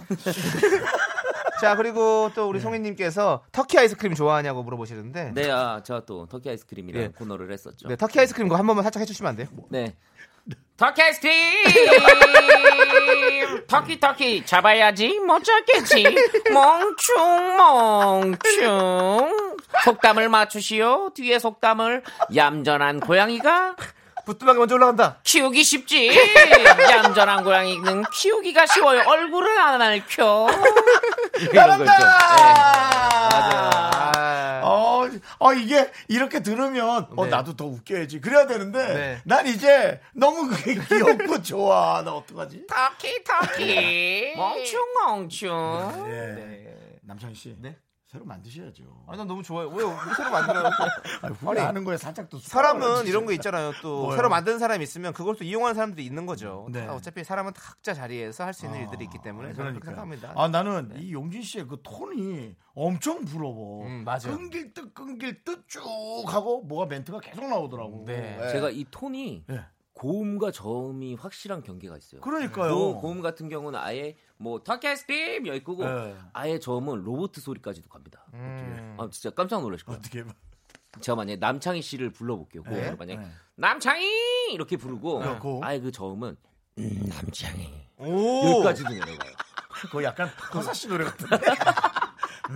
자, 그리고 또 우리 송이님께서 터키 아이스크림 좋아하냐고 물어보시는데 네, 아, 제가 또 터키 아이스크림이라는 예. 코너를 했었죠. 네, 네. 터키 아이스크림 그거 한 번만 살짝 해주시면 안 돼요? 뭐 터키 *laughs* 아이스크림! 터키, 터키, 잡아야지, 못 잡겠지. 멍충, 멍충. 속담을 맞추시오. 뒤에 속담을. 얌전한 고양이가 부뚜막이 먼저 올라간다. 키우기 쉽지. 얌전한 고양이는 키우기가 쉬워요. 얼굴을 안 앓혀. 이런 거 있죠. 예. 아, 어, 어, 이게 이렇게 들으면 어 나도 더 웃겨야지 그래야 되는데 네. 난 이제 너무 그게 *laughs* 귀엽고 좋아 나 어떡하지? 터키, 터키. 네. 멍충, 네. 멍충. 예. 남창희 씨 새로 만드셔야죠. 아, 난 너무 좋아요. 왜 우리 새로 만들어요? 아니, 후회 하는 거에 살짝 또 사람은 이런 거 있잖아요. 또 어, 뭐요? 새로 만든 사람이 있으면 그걸 또 이용하는 사람들이 있는 거죠. 네. 아, 어차피 사람은 각자 자리에서 할 수 있는 일들이 있기 때문에 저는 그렇게 생각합니다. 네. 아 나는 이 용진 씨의 그 톤이 엄청 부러워. 음, 맞아요. 끊길 듯 끊길 듯 쭉 하고 뭐가 멘트가 계속 나오더라고. 네. 예. 제가 이 톤이 예. 고음과 저음이 확실한 경계가 있어요. 그러니까요. 고, 고음 같은 경우는 아예 뭐 터키스팀 여기 끄고 예. 아예 저음은 뭐 로봇 소리까지도 갑니다. 아 진짜 깜짝 놀라실 거예요. 어떻게 봐. 제가 만약에 남창희 씨를 불러볼게요. 고음으로 네. 만약에 남창희 이렇게 부르고 네, 고음. 아예 그 저음은 음, 남창희 오! 여기까지도 내려가요. 그 *laughs* 그거 약간 허사 씨 노래 같은데.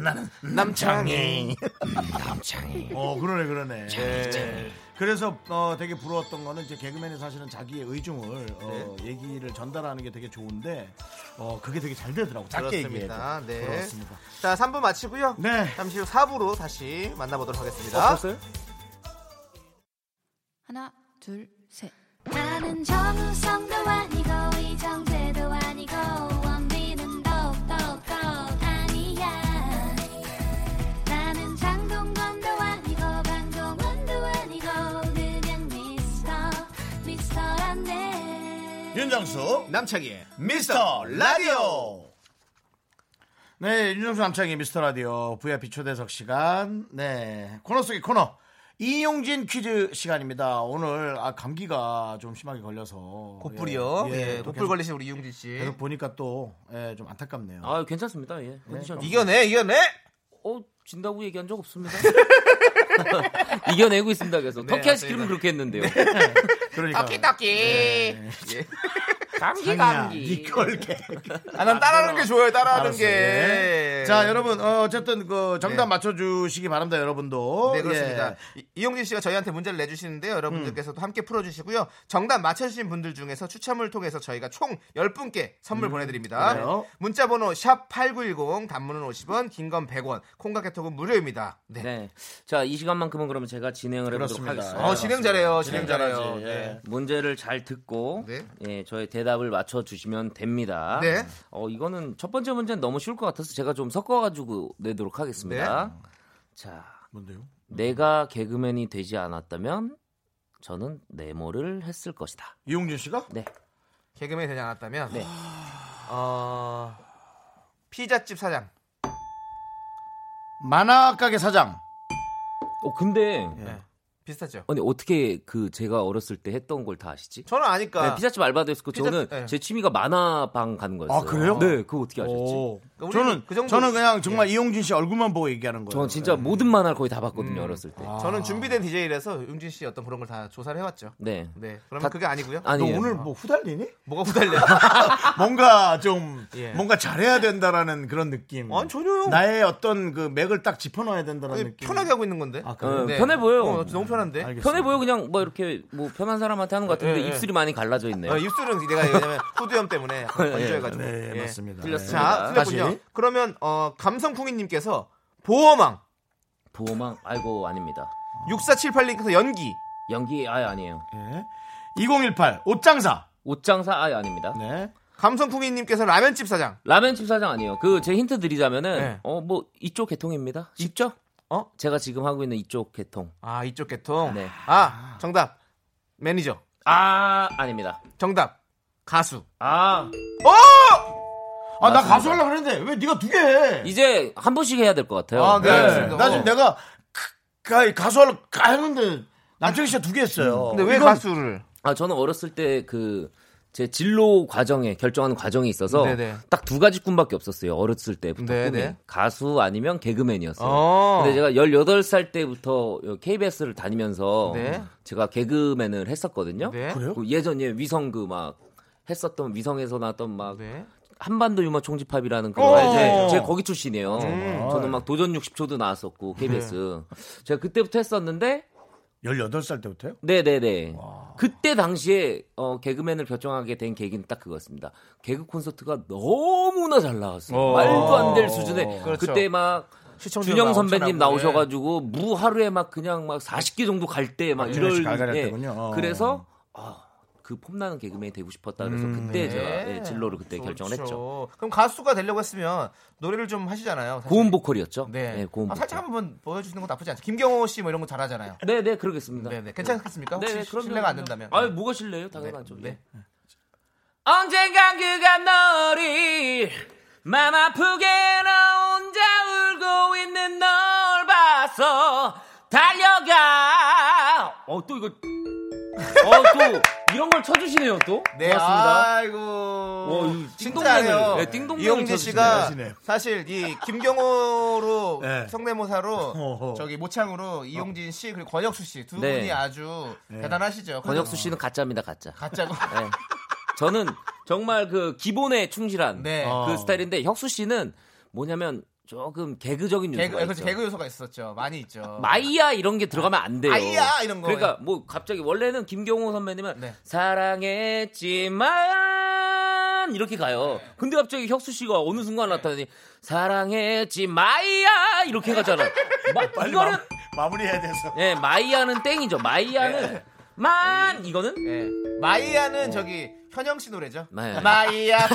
나는 남창희. 음, 남창희. *laughs* 어, 그러네, 그러네. 네. 그래서 어, 되게 부러웠던 거는 이제 개그맨이 사실은 자기의 의중을 어, 네. 얘기를 전달하는 게 되게 좋은데 어, 그게 되게 잘 되더라고. 짧게 얘기해. 그렇습니다. 네. 부러웠습니다. 자, 3분 마치고요. 네. 어, 잠시 후 4부로 다시 만나보도록 하겠습니다. 하나, 둘, 셋. 나는 정우성도 아니고 이정재도 아니고 원빈은 더욱더 아니야 나는 장동건도 아니고 방종원도 아니고 그냥 미스터 미스터란데 윤정수 남창희의 미스터 라디오. 네, 윤정수 남창희 미스터 라디오 VIP 초대석 시간. 네, 코너 속의 코너. 이용진 퀴즈 시간입니다. 오늘 아, 감기가 좀 심하게 걸려서 곧불이요. 예, 예, 또 곧불 계속- 걸리신 우리 이용진 씨. 계속 보니까 또 예, 좀 안타깝네요. 아 괜찮습니다. 예. 컨디션. 이겨내, 이겨내. 어 진다고 얘기한 적 없습니다. *laughs* 이겨내고 있습니다. 계속 네, 터키 아이스크림 맞습니다. 그렇게 했는데요. 아, 그러니까 떡기. 네. 감기 *laughs* 니걸게. 아, 난 따라하는 게 좋아요. 따라하는 알았어요. 게. 예. 자, 여러분 어, 쨌든그 정답 맞춰주시기 바랍니다. 여러분도 네 그렇습니다. 예. 이- 이용진 씨가 저희한테 문제를 내주시는데요. 여러분들께서도 함께 풀어주시고요. 정답 맞춰주신 분들 중에서 추첨을 통해서 저희가 총 10분께 선물 보내드립니다. 그래요? 문자번호 샵 8910 단문은 50원 긴 건 100원 콩각개톡은 무료입니다. 네. 네. 자, 이 시간만큼은 그러면 제가 진행을 해보도록 그렇습니다. 하겠습니다. 어, 진행 잘해요. 진행 진행 잘하지, 잘해요. 네. 예. 문제를 잘 듣고 네. 예, 저의 대답을 맞춰 주시면 됩니다. 네. 어, 이거는 첫 번째 문제는 너무 쉬울 것 같아서 제가 좀 섞어 가지고 내도록 하겠습니다. 자, 네. 뭔데요? 내가 개그맨이 되지 않았다면 저는 네모를 했을 것이다. 이용진 씨가? 네. 개그맨이 되지 않았다면 어, 피자집 사장 만화 가게 사장. 어, 근데 예. 네. 비슷하죠. 아니 어떻게 그 제가 어렸을 때 했던 걸 다 아시지? 저는 아니까 네, 피자집 알바도 했었고 피자- 저는 네. 제 취미가 만화방 가는 거였어요. 예. 아, 그래요? 네, 그거 어떻게 아셨지? 오. 우리는 저는 그 정도- 저는 그냥 정말 이용진 씨 얼굴만 보고 얘기하는 거예요. 네. 저는 진짜 아, 모든 만화를 거의 다 봤거든요 어렸을 아. 때. 저는 준비된 DJ라서 용진 씨 어떤 그런 걸 다 조사를 해왔죠. 네. 네. 그러면 다- 그게 아니고요. 너 아니 오늘 뭐 후달리니? 뭐가 후달려? 뭔가 좀 아. 예. 뭔가 잘해야 된다라는 그런 느낌. 아니 전혀요. 나의 어떤 그 맥을 딱 짚어놔야 된다라는 아니, 그 느낌. 편하게 하고 있는 아, 건데. 어, 편해 보여요. 어, 너무 편한데. 알겠습니다. 편해 보여 그냥 뭐 이렇게 뭐 편한 사람한테 하는 것 같은데 예, 예. 입술이 많이 갈라져 있네요. 어, 입술은 내가 왜냐면 후두염 *laughs* 때문에 약간 건조해가지고. 네, 예. 맞습니다. 틀렸습니다. 자, 틀렸군요. 다시. 그러면 어, 감성풍이님께서 보어망 보호망 아이고 아닙니다. 6478님께서 연기 연기 아예 아니에요. 네. 2018 옷장사. 옷장사 아예 아닙니다. 네. 감성풍이님께서 라면집 사장 라면집 사장 아니에요. 그 제 힌트 드리자면은 네. 어 뭐 이쪽 계통입니다. 쉽죠? 어? 제가 지금 하고 있는 이쪽 계통. 아 이쪽 개통 네. 아 정답 매니저 아 아닙니다. 정답 가수 아 아 나 맞습니다. 가수 하려고 그랬는데 왜 네가 두 개? 해? 이제 한 번씩 해야 될 것 같아요. 아, 예. 네. 네. 알겠습니다. 나 지금 어. 내가 그, 가, 가수 하려고 가- 했는데 남창희 씨가 두 개 했어요. 음. 근데 왜 이건 가수를 아 저는 어렸을 때 그 제 진로 과정에 결정하는 과정이 있어서 네네. 딱 두 가지 꿈밖에 없었어요. 어렸을 때부터 네네. 꿈이 가수 아니면 개그맨이었어요. 어. 근데 제가 18살 때부터 KBS를 다니면서 네. 제가 개그맨을 했었거든요. 네. 그래요? 그 예전 예 위성 그 막 했었던 위성에서 나왔던 막 네. 한반도 유머 총집합이라는 그 어. 음. 제, 제가 거기 출신이에요. 저는 막 도전 60초도 나왔었고 KBS 네. 제가 그때부터 했었는데 18살 때부터요? 네네네. 그때 당시에 어, 개그맨을 결정하게 된 계기는 딱 그거였습니다. 개그 콘서트가 너무나 잘 나왔어요. 어. 말도 안 될 수준에 그렇죠. 그때막 시청률 준영 막 선배님 엄청나고, 예. 나오셔가지고 무 하루에 막 그냥 막 40개 정도 갈 때 아, 막 이럴 갈갈 예. 때군요. 어. 그래서 아, 그 폼나는 개그맨이 되고 싶었다 그래서 그때 제가 네. 예, 진로를 그때 결정을 했죠. 그렇죠. 그럼 가수가 되려고 했으면 노래를 좀 하시잖아요. 사실. 고음 보컬이었죠. 네. 예, 고음 아, 보컬. 살짝 한번 보여주시는 거 나쁘지 않죠. 김경호 씨 뭐 이런 거 잘하잖아요. 네네 그러겠습니다. 네네. 괜찮겠습니까? 어? 혹시 그렇죠, 그럼요, 실례가 안 그럼요. 된다면. 아유, 뭐가 실례예요? 당연하죠. 네. 예. 언젠간 그가 너를 맘 아프게 너 혼자 울고 있는 널 봐서 달려가. 어, 또 이거. 어, 또 이런 걸 쳐주시네요, 또. 네, 고맙습니다. 아이고. 와, 이 진짜네요. 띵동댕을, 네, 띵동댕을 이용재 쳐주시네요. 씨가 하시네요. 사실 이 *laughs* 김경호로 네. 성대모사로 어허. 저기 모창으로 이용진 씨 그리고 권혁수 씨 두 네. 분이 아주 대단하시죠. 권혁수 씨는 가짜입니다, 가짜. *laughs* 가짜고. 네. 저는 정말 그 기본에 충실한 네. 그 스타일인데 혁수 씨는 뭐냐면 조금 개그적인 개그, 요소가 그렇죠. 아, 있죠. 개그 요소가 있었죠. 많이 있죠. 어. 마이야 이런 게 들어가면 안 돼요. 아이야 이런 거. 그러니까 뭐 갑자기 원래는 김경호 선배님은 네. 사랑했지만 이렇게 가요. 근데 갑자기 혁수 씨가 어느 순간 나타나니 사랑했지 마이야 *laughs* 이렇게 가잖아. 마, 이거는 마무리해야 돼서. 예 마이야는 땡이죠. 마이야는 네. 만 이거는 예. 마이야는 저기 현영 씨 노래죠. 네. 마이야. *laughs*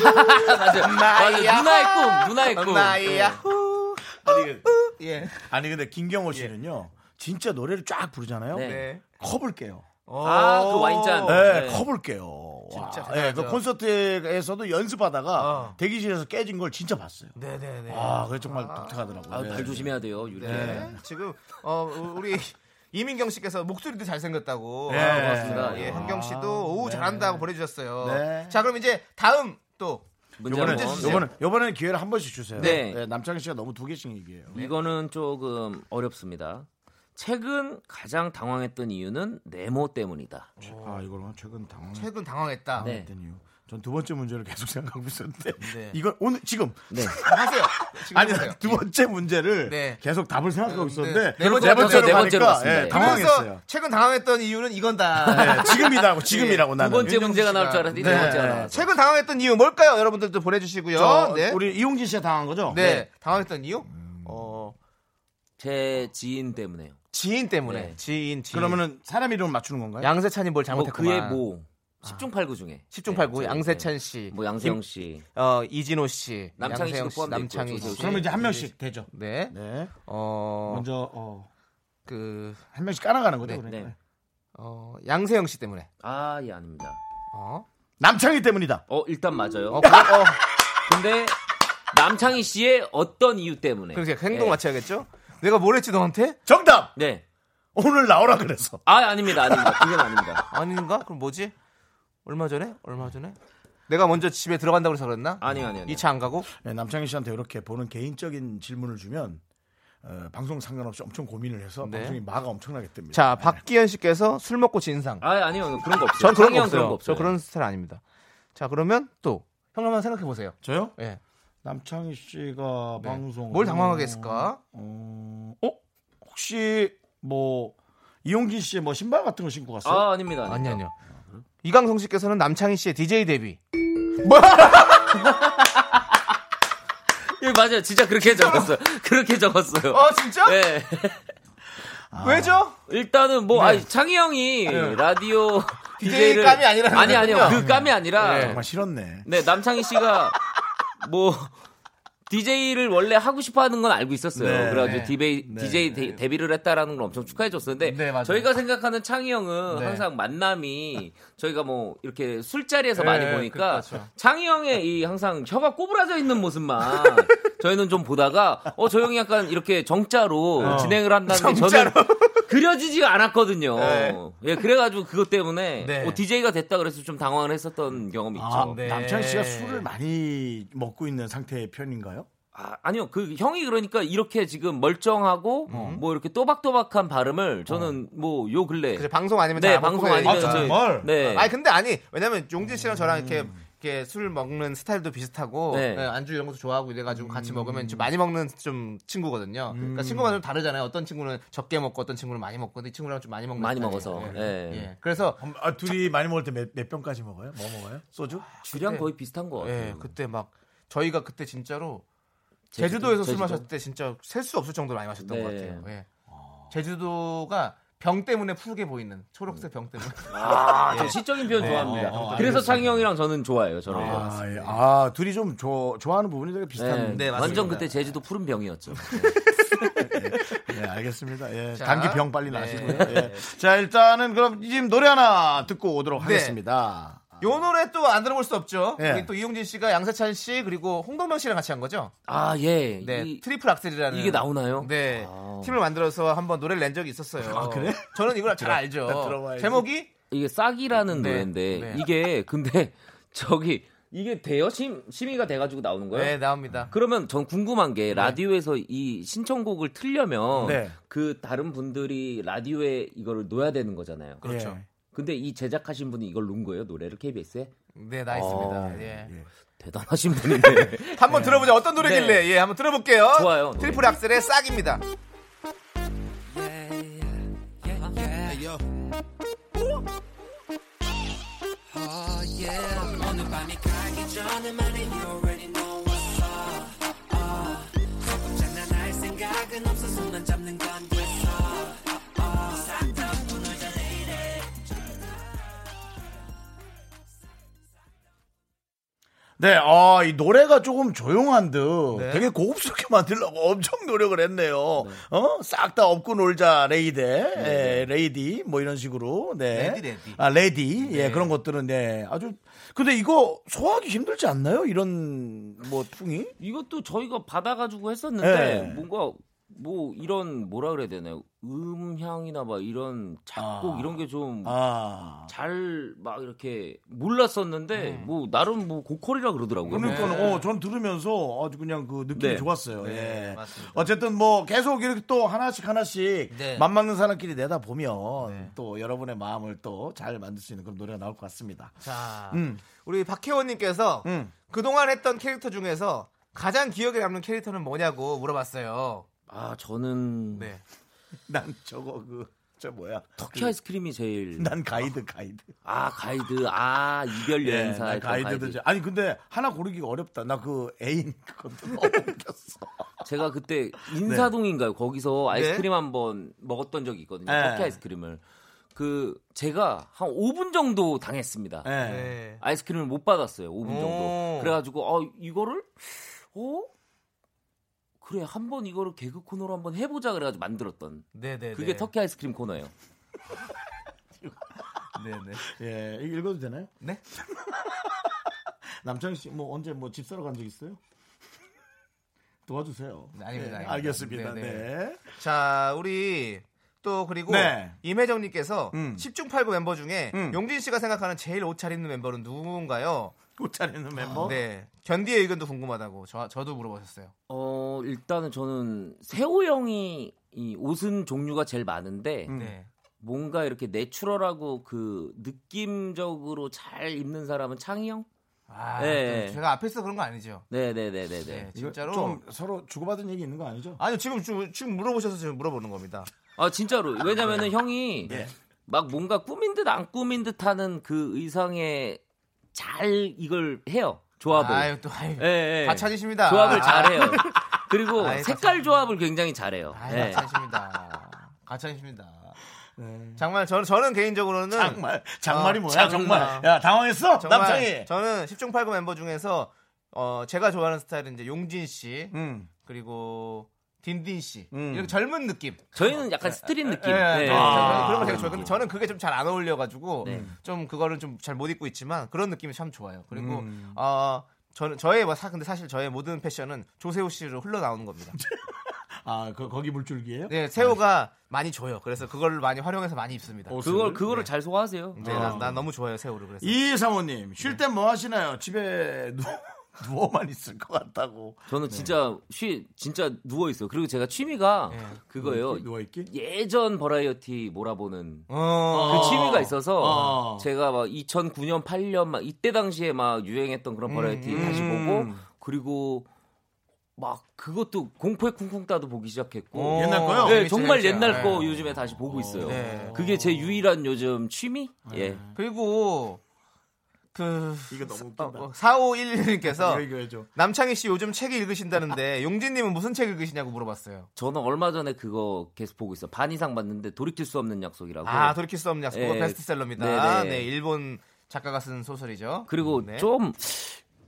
마이야. 맞아요. 맞아요. 누나의 꿈, 음. 누나의 꿈. 마이야. 네. 아니, 예. 아니 근데 김경호 씨는요. 진짜 노래를 쫙 부르잖아요. 네. 네. 컵을 깨요. 아, 그 와인잔. 네, 네. 컵을 깨요. 진짜 와, 예, 그 대단하죠. 콘서트에서도 연습하다가 어. 대기실에서 깨진 걸 진짜 봤어요. 네네네. 아, 그게 정말 독특하더라고요. 아, 네. 발 조심해야 돼요. 유리. 네. 네. 지금 어 우리 이민경 씨께서 목소리도 잘생겼다고. 네. 아, 고맙습니다. 네. 예, 한경 씨도 오우 잘한다고 보내주셨어요. 네. 자 그럼 이제 다음 또 문제 요번에 한번. 문제 주세요. 요번에 요번에 기회를 한 번씩 주세요. 네. 네, 남창희 씨가 너무 두 개씩 얘기해요. 네. 이거는 조금 어렵습니다. 최근 가장 당황했던 이유는 네모 때문이다. 어, 아, 이걸 최근 당황. 최근 당황했다. 네. 했던 이유. 전 두 번째 문제를 계속 *laughs* 생각하고 있었는데 네. 이걸 오늘 지금 네. 하세요. 지금 아니 하세요. 두 번째 문제를 네. 계속 답을 생각하고 있었는데 네. 네 번째, 네 번째로 네 가니까 번째로 갔습니다. 예, 그래서 당황했어요. 최근 당황했던 이유는 이건다. 네, 지금이라고 지금이라고 두 나는 번째 문제가 나올 줄 알았는데 네. 네. 네 번째가 나왔어. *laughs* 최근 당황했던 이유 뭘까요? 여러분들도 보내주시고요. 저, 네. 우리 이용진 씨가 당한 거죠? 네. 당황했던 이유? 어, 제 지인 때문에요. 지인 때문에. 네. 지인, 지인. 그러면은 사람 이름 맞추는 건가요? 양세찬이 뭘 뭐 잘못했구만. 아. 그의 뭐 10중 8구 중에 10중 8구 네, 양세찬 씨. 네. 뭐 양세형 씨. 어, 이진호 씨. 남창희 양세형 씨도 포함돼 있고, 남창희 조세호 씨. 씨. 그러면 이제 한 명씩 되죠. 네. 네. 어, 먼저 어, 그, 한 명씩 깔아가는 거죠. 네, 그러니까. 네. 어, 양세형 씨 때문에. 아, 예, 아닙니다. 어? 남창희 때문이다. 어, 일단 맞아요. 어, 그럼, 어, 근데 남창희 씨의 어떤 이유 때문에? 그럼 제가 그러니까 행동 네. 맞춰야겠죠? 내가 뭘 했지, 너한테? 정답. 네. 오늘 나오라 그래서. 아, 아닙니다. 아닙니다. 그건 아닙니다. 아닌가? 그럼 뭐지? 얼마 전에? 얼마 전에? 내가 먼저 집에 들어간다고 해서 그랬나? 아니요, 아니요. 아니요. 2차 안 가고? 네, 남창희 씨한테 이렇게 보는 개인적인 질문을 주면 어, 방송 상관없이 엄청 고민을 해서 네. 방송이 마가 엄청나게 뜹니다. 자, 박기현 씨께서 술 먹고 진상. 아, 아니요. 그런 거 없어요. 전 그런 거 상의형 없어요. 저 그런 스타일 아닙니다. 자, 그러면 또 형 한번 생각해 보세요. 저요? 예. 남창희 씨가 네. 방송 뭘 당황하게 했을까? 어, 어? 혹시 뭐 이용진 씨의 뭐 신발 같은 거 신고 갔어요? 아, 아닙니다. 아니 아닙니다. 아니요. 이강성 씨께서는 남창희 씨의 DJ 데뷔. 예, 맞아요. 진짜 그렇게 *laughs* 적었어요. 그렇게 적었어요. 아, 진짜? 네. 아. 왜죠? *laughs* 일단은 뭐 아니, 창희 형이 라디오 네. *laughs* DJ DJ를 감이 아니라는 아니 아니요. 거군요. 그 감이 아니라 네. 정말 싫었네. 네, 남창희 씨가 뭐 DJ를 원래 하고 싶어 하는 건 알고 있었어요. 네. 그래가지고 네. 디베이- DJ 데, 데뷔를 했다라는 걸 엄청 축하해 줬었는데 네, 맞아요. 저희가 생각하는 창희 형은 네. 항상 만남이 저희가 뭐 이렇게 술자리에서 네, 많이 보니까 그렇죠. 창희 형의 이 항상 혀가 꼬부라져 있는 *laughs* 모습만 저희는 좀 보다가 어 저 형이 약간 이렇게 정자로 어. 진행을 한다는 게 저는 *laughs* 그려지지가 않았거든요. 네. 예, 그래가지고 그것 때문에 네. 어, DJ가 됐다 그래서 좀 당황을 했었던 경험이 있죠. 아, 네. 남창희 씨가 술을 많이 먹고 있는 상태의 편인가요? 아, 아니요. 그 형이 그러니까 이렇게 지금 멀쩡하고 어. 뭐 이렇게 또박또박한 발음을 저는 뭐 요 근래 그래, 방송 아니면 네, 잘안 방송 먹고 아니면 해야죠. 저희- 정말? 음. 네. 아니 근데 아니 왜냐면 용진 씨랑 저랑 이렇게 이렇게 술 먹는 스타일도 비슷하고 네. 예, 안주 이런 것도 좋아하고 이래가지고 음. 같이 먹으면 좀 많이 먹는 좀 친구거든요. 그러니까 친구가 좀 다르잖아요. 어떤 친구는 적게 먹고 어떤 친구는 많이 먹고 근데 이 친구랑 좀 많이 먹는 많이 스타일이에요. 먹어서. 예. 예. 예. 그래서 아, 둘이 많이 먹을 때 몇 병까지 먹어요? 뭐 먹어요? 소주? 주량 그때- 거의 비슷한 것 같아요. 예, 네. 그때 막 저희가 그때 진짜로 제주도, 제주도에서 술 제주도? 마셨을 때 진짜 셀 수 없을 정도로 많이 마셨던 네. 것 같아요. 예. 제주도가 병 때문에 푸르게 보이는 초록색 병 때문에 *laughs* 아, 저 시적인 표현 좋아합니다. 어, 그래서 창희 형이랑 저는 좋아해요. 저런 거. 아, 예. 아, 둘이 좀 조, 좋아하는 부분이 되게 네, 비슷한. 네, 맞습니다. 완전 그때 제주도 푸른 병이었죠. 네, 알겠습니다. 예, 자. 네. 감기 병 빨리 나시고요. 예. 자, 일단은 그럼 지금 노래 하나 듣고 오도록 네. 하겠습니다. 요 노래 또 안 들어볼 수 없죠. 예. 이게 또 이용진 씨가 양세찬 씨 그리고 홍동명 씨랑 같이 한 거죠. 아, 예. 네, 이, 트리플 악셀이라는 이게 나오나요? 네, 아. 팀을 만들어서 한번 노래를 낸 적이 있었어요. 아, 그래? 저는 이걸 잘 나 알죠. 들어봐야지. 제목이 이게 싹이라는 네, 노래인데 네. 이게 근데 *laughs* 저기 이게 돼요? 심, 심의가 돼가지고 나오는 거예요? 네 나옵니다. 그러면 전 궁금한 게 라디오에서 이 신청곡을 틀려면 네. 그 다른 분들이 라디오에 이거를 놓아야 되는 거잖아요. 그렇죠. 예. 근데 이 제작하신 분이 이걸 놓은 거예요 노래를 KBS에 네, 나 있습니다. 아, 예. 대단하신 *laughs* 분인데 한번 들어보자. 어떤 노래길래? 네. 예, 한번 들어볼게요. 좋아요, 노래. 트리플 악셀의 싹입니다. Oh, 어, 네, 아, 이 노래가 조금 조용한 듯 네. 되게 고급스럽게 만들려고 엄청 노력을 했네요. 어? 싹 다 업고 놀자, 레이데, 예, 레이디, 뭐 이런 식으로. 네. 네, 레디, 레디. 아, 레디. 네. 예, 그런 것들은, 네. 아주. 근데 이거 소화하기 힘들지 않나요? 이런, 뭐, 풍이? 이것도 저희가 받아가지고 했었는데 네. 뭔가 뭐 이런 뭐라 그래야 되나요 음향이나 막 이런 작곡 아. 이런 게 좀 아. 잘 막 이렇게 몰랐었는데 뭐 나름 뭐 고퀄이라 그러더라고요. 네. 그러니까 네. 어, 전 들으면서 아주 그냥 그 느낌이 네. 좋았어요. 네, 예. 맞습니다. 어쨌든 뭐 계속 이렇게 또 하나씩 하나씩 네. 맞맞는 사람끼리 내다 보면 네. 또 여러분의 마음을 또 잘 만들 수 있는 그런 노래가 나올 것 같습니다. *laughs* 자, 음. 우리 박혜원님께서 음. 그동안 했던 캐릭터 중에서 가장 기억에 남는 캐릭터는 뭐냐고 물어봤어요. 아 저는 네. 난 저거 그 저 뭐야? 터키 아이스크림이 제일 난 가이드 가이드. 아 가이드 아 이별 예, 여행사 난 가이드도 가이드. 저- 아니 근데 하나 고르기가 어렵다. 나 그 애인 *laughs* 그것도 너무 웃겼어. 제가 네. 그때 인사동인가요? 거기서 아이스크림 한 번 먹었던 적이 있거든요. 네. 터키 아이스크림을. 그 제가 한 5분 정도 당했습니다. 예. 네. 아이스크림을 못 받았어요. 5분 오. 정도. 그래가지고 어 이거를 어 그래 한 번 이거를 개그 코너로 한번 해보자 그래가지고 만들었던 네, 네. 그게 네. 터키 아이스크림 코너예요. 네, 네. 예, 이거 읽어도 되나요? 네? *laughs* 남창희 씨 뭐 언제 뭐 집 사러 간 적 있어요? 도와주세요. 네, 아닙니다, 아닙니다. 알겠습니다. 네, 네. 네. 자, 우리 또 그리고 네. 임혜정님께서 음. 10중 8구 멤버 중에 음. 용진 씨가 생각하는 제일 옷 잘 입는 멤버는 누군가요? 옷 차리는 멤버. 네. 견디의 의견도 궁금하다고 저, 저도 물어보셨어요. 어 일단은 저는 세호 형이 이 옷은 종류가 제일 많은데 음. 네. 뭔가 이렇게 내추럴하고 그 느낌적으로 잘 입는 사람은 창희 형? 아, 네. 또 제가 앞에서 그런 거 아니죠? 네네네네네. 네, 이거 진짜로. 좀 서로 주고받은 얘기 있는 거 아니죠? 아니요, 지금 지금 지금 물어보셔서 지금 물어보는 겁니다. 아 진짜로 네. 왜냐면은 형이 막 뭔가 꾸민 듯 안 꾸민 듯 하는 그 의상에 잘 이걸 해요 조합을. 아유, 또 아유. 예, 예. 다 찾으십니다. 아, 조합을 잘해요. 그리고 아유, 색깔 조합을 굉장히 잘해요. 아유, 예. 다 찾으십니다. 다 찾으십니다. 네. 정말 저는 저는 개인적으로는 장말. 장말이 어, 뭐야? 장말. 정말. 야 당황했어? 정말 남창희. 저는 10중 8구 멤버 중에서 어, 제가 좋아하는 스타일은 이제 용진 씨 음. 그리고 딘딘 씨 음. 이렇게 젊은 느낌. 저희는 약간 스트릿 느낌. 예, 예. 아, 아. 그런 거 되게 그런 좋아요. 근데 느낌. 저는 그게 좀 잘 안 어울려가지고 네. 좀 그거를 좀 잘 못 입고 있지만 그런 느낌이 참 좋아요. 그리고 음. 어, 저는 저의 뭐 사- 근데 사실 저의 모든 패션은 조세호 씨로 흘러나오는 겁니다. 아, 그 거기 물줄기예요? 네, 세호가 많이 줘요. 그래서 그걸 많이 활용해서 많이 입습니다. 그걸 그거를 잘 소화하세요. 네, 난, 난 너무 좋아요 세호를 그래서. 이 사모님, 쉴 네. 땐 뭐 하시나요? 집에 누, *laughs* 누워만 있을 것 같다고. 저는 진짜 네. 쉬 진짜 누워 있어요. 그리고 제가 취미가 그거예요. 누워 있기? 예전 버라이어티 몰아보는 어, 그 취미가 있어서 아. 어. 제가 막 2009년 8년 막 이때 당시에 막 유행했던 그런 버라이어티 음, 다시 보고 그리고 막 그것도 공포의 쿵쿵 따도 보기 시작했고 어, 옛날 거요? 네, 재밌지, 정말 재밌지. 옛날 거 네. 요즘에 다시 보고 있어요. 네. 그게 제 유일한 요즘 취미? 예. 그리고 그 이거 너무 웃긴다. 4511님께서 *laughs* 이거 해줘. 남창희 씨 요즘 책 읽으신다는데 *laughs* 용진님은 무슨 책 읽으시냐고 물어봤어요. 저는 얼마 전에 그거 계속 보고 있어요. 반 이상 봤는데 돌이킬 수 없는 약속이라고. 아 돌이킬 수 없는 약속 그거 예. 베스트셀러입니다. 네 네네. 일본 작가가 쓴 소설이죠. 그리고 네. 좀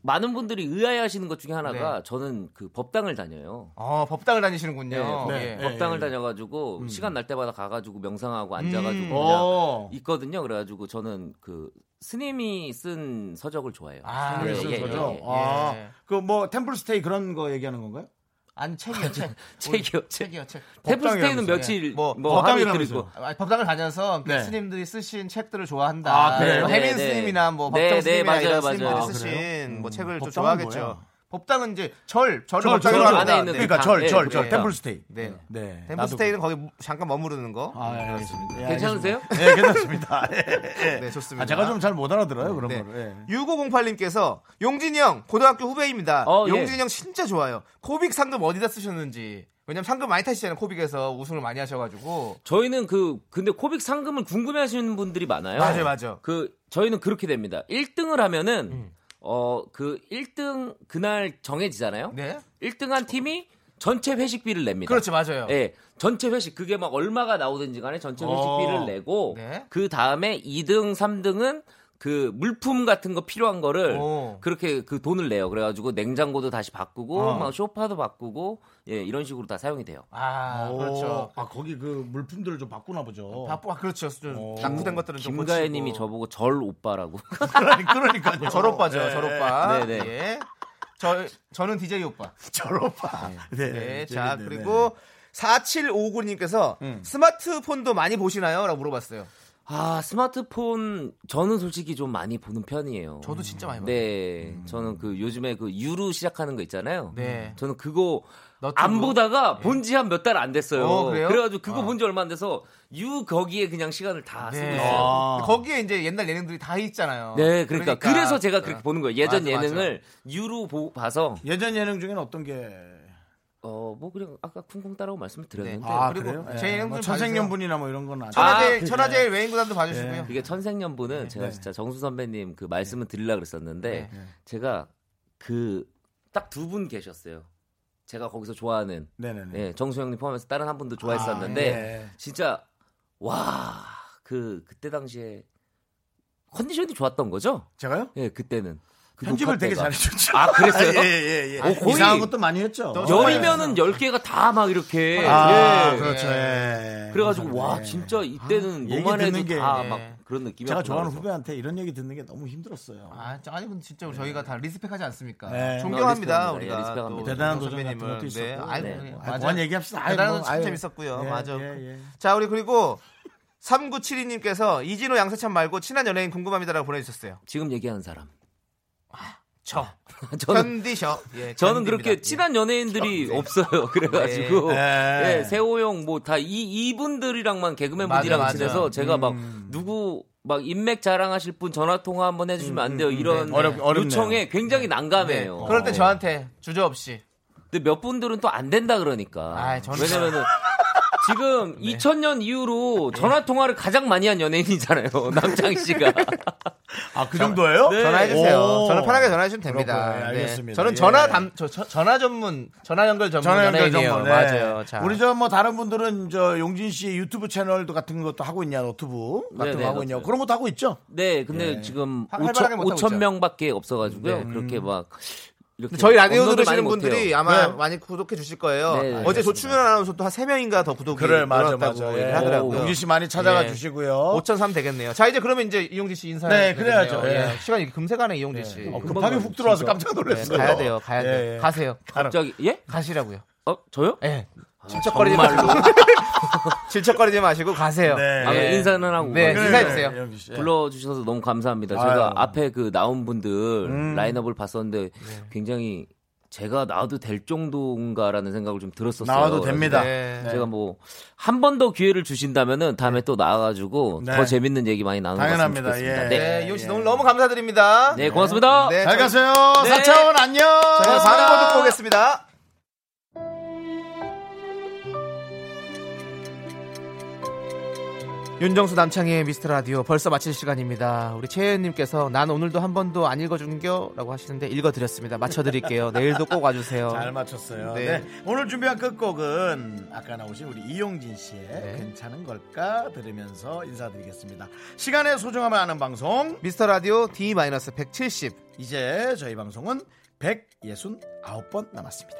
많은 분들이 의아해하시는 것 중에 하나가 네. 저는 그 법당을 다녀요. 어 법당을 다니시는군요. 네, 네. 예. 네. 법당을 다녀가지고 시간 날 때마다 가가지고 명상하고 앉아가지고 음. 그냥 어. 있거든요. 그래가지고 저는 그 스님이 쓴 서적을 좋아해요. 아, 그래, 예, 그래서 예, 저죠? 예, 예. 아, 예. 그 뭐 템플 스테이 그런 거 얘기하는 건가요? 안 책이요 책. 책이요, 책. 책이요 책. 테프스테이는 법당이라면서요. 며칠 예. 뭐, 뭐, 하루 이틀 법당이라면서요. 있고 아, 법당을 다녀서 그 네. 스님들이 쓰신 책들을 좋아한다. 아, 그래요? 해민 네, 네. 스님이나 뭐 네, 법정 네, 스님이나 이런 맞아요, 스님들이 맞아요. 쓰신 뭐 책을 또 법당은 좋아하겠죠. 뭐예요? 법당은 이제 절, 절을 절, 법당으로 절, 합니다. 안에 있는 네. 그러니까 네. 절, 네, 절, 그래요. 절. 템플스테이. 네. 네. 템플스테이는 거기 잠깐 머무르는 거. 나도- 아, 예, 알겠습니다. 예, 괜찮으세요? 알겠습니다. 예, 괜찮습니다. *laughs* 예, 예. 네, 좋습니다. 아, 제가 좀 잘 못 알아들어요, 그런 네. 거를. 예. 6508님께서 용진이 형 고등학교 후배입니다. 어, 예. 용진이 형 진짜 좋아요. 코빅 상금 어디다 쓰셨는지. 왜냐면 상금 많이 타시잖아요. 코빅에서 우승을 많이 하셔가지고. 저희는 그 근데 코빅 상금을 궁금해하시는 분들이 네. 많아요. 맞아요, 맞아요. 그 저희는 그렇게 됩니다. 1등을 하면은 어 그 1등 그날 정해지잖아요. 네. 1등한 팀이 전체 회식비를 네. 냅니다. 그렇죠, 맞아요. 예. 전체 회식 그게 막 얼마가 나오든지 간에 전체 어. 회식비를 내고 네. 그 다음에 2등, 3등은 그 물품 같은 거 필요한 거를 오. 그렇게 그 돈을 내요. 그래가지고 냉장고도 다시 바꾸고 어. 막 소파도 바꾸고 예 이런 식으로 다 사용이 돼요. 아, 오, 그렇죠. 아, 거기 그 물품들을 좀 바꾸나 보죠. 바쁘, 아, 그렇죠. 어. 좀 낙후된 것들은 좀 김가혜님이 고치고. 저보고 절 오빠라고. *laughs* *laughs* 그러니까요. 절 오빠죠, 절 오빠. 네, 네. 예. 저, 저는 DJ *laughs* 오빠. 절 오빠. 네. 네, 자, 재밌네, 음. 그리고 4759님께서 스마트폰도 많이 보시나요? 라고 물어봤어요. 아 스마트폰 저는 솔직히 좀 많이 보는 편이에요. 저도 진짜 많이 봐요. 네, 저는 그 요즘에 그 유로 시작하는 거 있잖아요. 네. 저는 그거 너튜브? 예. 안 보다가 본 지 한 몇 달 안 됐어요. 어, 그래요? 그래가지고 그거 아. 본 지 얼마 안 돼서 유 거기에 그냥 시간을 다 쓰고 네. 있어요. 아. 거기에 이제 옛날 예능들이 다 있잖아요. 네, 그러니까, 그래서 제가 어. 그렇게 보는 거예요. 예전 맞아, 맞아. 예능을 유로 보- 봐서 네. 예전 예능 중에는 어떤 게. 어 뭐 그냥 아까 쿵쿵 따라고 말씀을 드렸는데 아, 그리고 제 예. 예능 뭐 좀 천생연분이나 뭐 이런 건 아니죠. 아, 천하제일, 그래요? 천하제일 외인 구단도 네. 봐주시고요. 이게 네, 천생연분은 제가 진짜 정수 선배님 그 말씀을 드리려 네. 그랬었는데 제가 그 딱 두 분 계셨어요. 제가 거기서 좋아하는 네네네. 예, 정수 형님 포함해서 다른 한 분도 좋아했었는데 네. 진짜 와 그 그때 당시에 컨디션이 좋았던 거죠? 제가요? 예, 그때는 그 편집을 녹화 되게 때가. 잘해줬죠. 아, 그랬어요? *laughs* 예, 예, 예. 오, 거의 이상한 것도 많이 했죠. 열이면은 열 개가 다 막 이렇게 아, 예. 그렇죠. 예. 그래가지고 와 네. 진짜 이때는 얘기 뭐만 해도 듣는 게, 다 예. 막 그런 느낌이 제가 좋아하는 후배한테 이런 얘기 듣는 게 너무 힘들었어요. 아, 저- 아니 근데 진짜 우리 저희가 다 리스펙하지 않습니까? 네. 존경합니다 아, 리스펙합니다. 우리가 예, 리스펙합니다. 또뭐 대단한 정선 도전 같은 선배님을. 것도 네, 있었고. 아이고, 네. 네. 아이, 맞아요. 뭐한 얘기합시다. 아이, 대단한 뭐, 거 진짜 아이. 재밌었고요. 예, 맞아. 그 예, 예. 자 우리 그리고 3972님께서 이진호 양세찬 말고 친한 연예인 궁금합니다라고 보내주셨어요. 지금 얘기하는 사람 *laughs* 저 저는 견디셔. 예, 아, 네. 저는 견디입니다. 그렇게 친한 연예인들이 없어요 *laughs* 그래가지고 네. 예, 세호용 뭐 다 이 이분들이랑만 개그맨 분이랑 맞아, 맞아. 친해서 제가 막 음. 누구 막 인맥 자랑하실 분 전화 통화 한번 음, 해주시면 안 돼요 이런 네. 어렵- 어렵네요. 요청에 굉장히 예. 네. 난감해요. 그럴 때 어. 저한테 주저 없이. 근데 몇 분들은 또 안 된다 그러니까. 아이, 저는- *laughs* 네. 왜냐면은 지금 2000년 이후로 전화 통화를 가장 많이 한 연예인이잖아요. *laughs* 남창희 씨가. 아, 그 정도예요? 전화해주세요. 오. 저는 편하게 전화해주시면 됩니다. 그렇군요. 예, 네. 알겠습니다. 저는 예. 전화 담, 저, 저- 전화 전문, 전화 연결 전문 전화 연결 연예인이에요. 정보. 네. 맞아요. 자. 우리 저 뭐 다른 분들은 저 용진 씨 유튜브 채널도 같은 것도 하고 있냐, 노트북 같은 네, 거 네, 하고 있냐. 노트북. 그런 것도 하고 있죠. 네, 근데 지금 활- 활발하게 못하고 5천 있죠. 네. 음. 명밖에 없어가지고요. 그렇게 막 이렇게 저희 라디오 업로드 많이 들으시는 못해요. 분들이 아마 네. 많이 구독해 주실 거예요. 네, 네, 어제 조충현 아나운서도 한 3명인가 더 구독이 그래, 맞아, 늘었다고 맞아. 네, 얘기를 예. 하더라고요. 용진 씨 많이 찾아가 예. 주시고요. 5,003 되겠네요. 자, 이제 그러면 이제 이용진 씨 인사해. 네, 그래야죠. 예. 시간이 금세 가네, 이용진 씨. 어, 급하게 훅 들어와서 깜짝 네, 놀랐어요. 가야 돼요, 가야 돼요. 예, 예. 가세요. 갑자기 예? 가시라고요. 어 저요? 예. 아, 질척거리지 마시고. *laughs* 질척거리지 마시고 가세요. 네. 아, 그럼 예. 인사는 하고 네, 가세요. 인사해 주세요. 용진 씨. 불러주셔서 너무 감사합니다. 제가 아유. 앞에 그 나온 분들 음. 라인업을 봤었는데 네. 굉장히 제가 나와도 될 정도인가라는 생각을 좀 들었었어요. 나와도 그래서 됩니다. 네. 제가 뭐 한 번 더 기회를 주신다면은 다음에 또 나와가지고 네. 더 재밌는 얘기 많이 나눠봤으면 당연합니다. 좋겠습니다. 예. 네. 네, 이용진 씨 너무 너무 감사드립니다. 네, 고맙습니다. 네, 잘 저희- 가세요. 네. 사차원 안녕. 저희는 광고 듣고 오겠습니다. 윤정수 남창희의 미스터 라디오 벌써 마칠 시간입니다. 우리 최혜연님께서 난 오늘도 한 번도 안 읽어준겨라고 하시는데 읽어드렸습니다. 맞춰드릴게요. 내일도 꼭 와주세요. 잘 맞췄어요. 네. 네. 오늘 준비한 끝곡은 아까 나오신 우리 이용진 씨의 네. 괜찮은 걸까 들으면서 인사드리겠습니다. 시간의 소중함을 아는 방송. 미스터 라디오 D-170 이제 저희 방송은 169번 남았습니다.